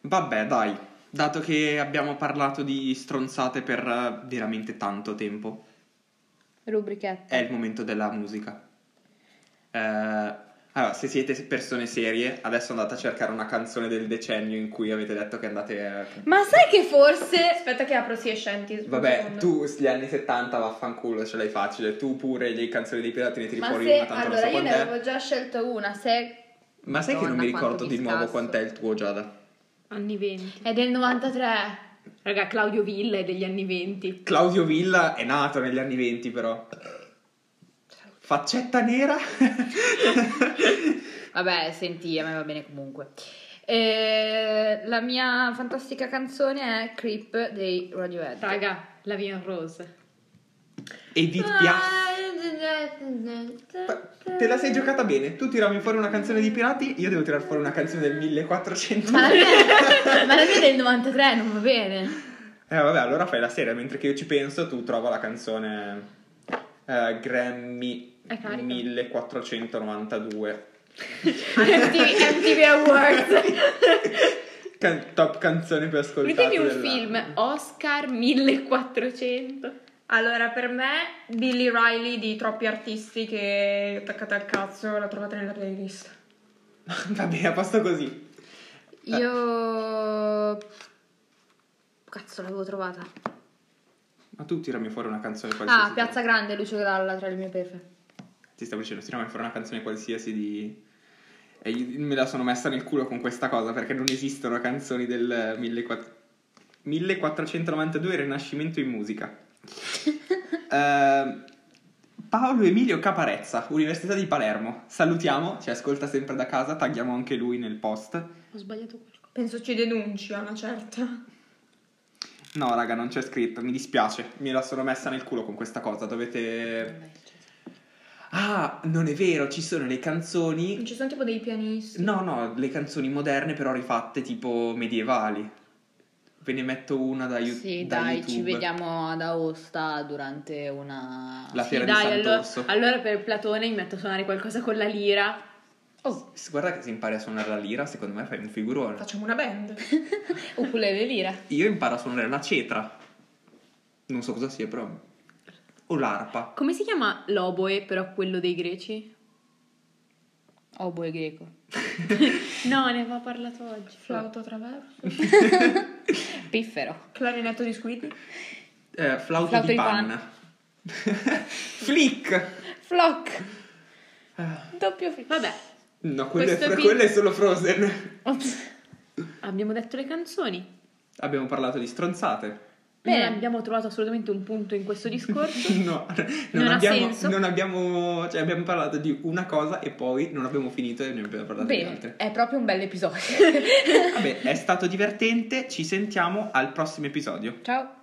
Speaker 1: Vabbè, dai. Dato che abbiamo parlato di stronzate per eh, veramente tanto tempo,
Speaker 3: Rubrichetta.
Speaker 1: è il momento della musica. Eh, allora, se siete persone serie, adesso andate a cercare una canzone del decennio in cui avete detto che andate... eh,
Speaker 3: Ma sai che forse...
Speaker 2: Aspetta che apro si e scendi.
Speaker 1: Vabbè, tu gli anni 70 vaffanculo, ce l'hai facile. Tu pure le canzoni dei pirati ne tiri
Speaker 3: Ma
Speaker 1: fuori
Speaker 3: se...
Speaker 1: una, tanto non
Speaker 3: Allora,
Speaker 1: so
Speaker 3: io ne
Speaker 1: quant'è.
Speaker 3: avevo già scelto una. Se...
Speaker 1: Ma sai che non mi
Speaker 3: Madonna,
Speaker 1: ricordo
Speaker 3: quanto
Speaker 1: di nuovo
Speaker 3: discasso.
Speaker 1: quant'è il tuo Giada?
Speaker 4: anni 20.
Speaker 3: È del 93.
Speaker 4: Raga, Claudio Villa è degli anni 20.
Speaker 1: Claudio Villa è nato negli anni 20 però. Faccetta nera? [LAUGHS]
Speaker 3: Vabbè, senti, a me va bene comunque. Eh, la mia fantastica canzone è Creep dei Radiohead.
Speaker 4: Raga, la mia Rose.
Speaker 3: Ah.
Speaker 1: Edith Piaf. Te la sei giocata bene. Tu tiravi fuori una canzone di pirati, io devo tirare fuori una canzone del 1400.
Speaker 3: Ma la
Speaker 2: [LAUGHS]
Speaker 3: mia, ma la mia è del 93, non va bene.
Speaker 1: Eh vabbè, allora fai la serie, mentre che io ci penso tu trova la canzone eh, Grammy
Speaker 4: È carica.
Speaker 1: 1492.
Speaker 3: MTV, Awards.
Speaker 1: [LAUGHS]
Speaker 4: [LAUGHS]
Speaker 1: Can- top canzone più ascoltata.
Speaker 4: Mettevi un
Speaker 1: della-
Speaker 4: film, Oscar 1400.
Speaker 2: Allora, per me, Billy Riley di troppi artisti che attaccate al cazzo la trovate nella playlist.
Speaker 1: [LAUGHS] Vabbè, a posto così.
Speaker 3: Io... Cazzo, l'avevo trovata.
Speaker 1: Ma tu tirami fuori una canzone qualsiasi.
Speaker 3: Ah, Piazza Grande, Lucio Gralla, tra le mie prefe.
Speaker 1: Ti stavo dicendo, tirami fuori una canzone qualsiasi di... E io me la sono messa nel culo con questa cosa perché non esistono canzoni del 1400 1492 Rinascimento in musica. Ehm, Paolo Emilio Caparezza, Università di Palermo. Salutiamo, ci ascolta sempre da casa, tagghiamo anche lui nel post.
Speaker 4: Ho sbagliato qualcosa.
Speaker 2: Penso ci denunci a una certa.
Speaker 1: No, raga, non c'è scritto, mi dispiace, me la sono messa nel culo con questa cosa, dovete... Ah, non è vero, ci sono le canzoni...
Speaker 2: Ci sono tipo dei pianisti.
Speaker 1: No, no, le canzoni moderne però rifatte tipo medievali. Ve ne metto una da, you-
Speaker 3: Sì,
Speaker 1: da
Speaker 3: dai,
Speaker 1: YouTube.
Speaker 3: ci vediamo ad Aosta durante una...
Speaker 1: La fiera di
Speaker 4: dai, allora,
Speaker 1: Sant'Orso.
Speaker 4: allora per Platone mi metto a suonare qualcosa con la lira.
Speaker 1: S- Guarda che se impari a suonare la lira, secondo me fai un figurone.
Speaker 2: Facciamo una band.
Speaker 3: Oppure le lire.
Speaker 1: Io imparo a suonare la cetra. Non so cosa sia, però... O
Speaker 4: [LAUGHS]
Speaker 1: l'arpa.
Speaker 4: Come si chiama l'oboe, però quello dei greci?
Speaker 1: [LAUGHS]
Speaker 3: Oboe greco.
Speaker 4: No, ne aveva parlato oggi.
Speaker 2: Flauto traverso.
Speaker 3: Piffero.
Speaker 2: Clarinetto di squidi.
Speaker 1: Eh, flauto,
Speaker 3: Flauto
Speaker 1: di,
Speaker 3: di
Speaker 1: panna. [LAUGHS] Flick!
Speaker 3: Flock.
Speaker 1: Ah.
Speaker 3: Doppio flick.
Speaker 4: Vabbè,
Speaker 1: No, quello è,
Speaker 4: Questo
Speaker 1: fr-
Speaker 4: qui-
Speaker 1: quello è solo Frozen.
Speaker 3: Ops.
Speaker 4: abbiamo detto le canzoni.
Speaker 1: Abbiamo parlato di stronzate.
Speaker 3: Bene.
Speaker 4: Non abbiamo trovato assolutamente un punto in questo
Speaker 1: [LAUGHS]
Speaker 4: discorso.
Speaker 1: No, non,
Speaker 4: Non ha
Speaker 1: abbiamo,
Speaker 4: senso.
Speaker 1: non abbiamo, cioè abbiamo parlato di una cosa e poi non abbiamo finito e ne abbiamo parlato di
Speaker 3: Bene,
Speaker 1: altre.
Speaker 3: è proprio un
Speaker 1: [LAUGHS]
Speaker 3: bel episodio.
Speaker 1: Vabbè, è stato divertente, ci sentiamo al prossimo episodio.
Speaker 3: Ciao.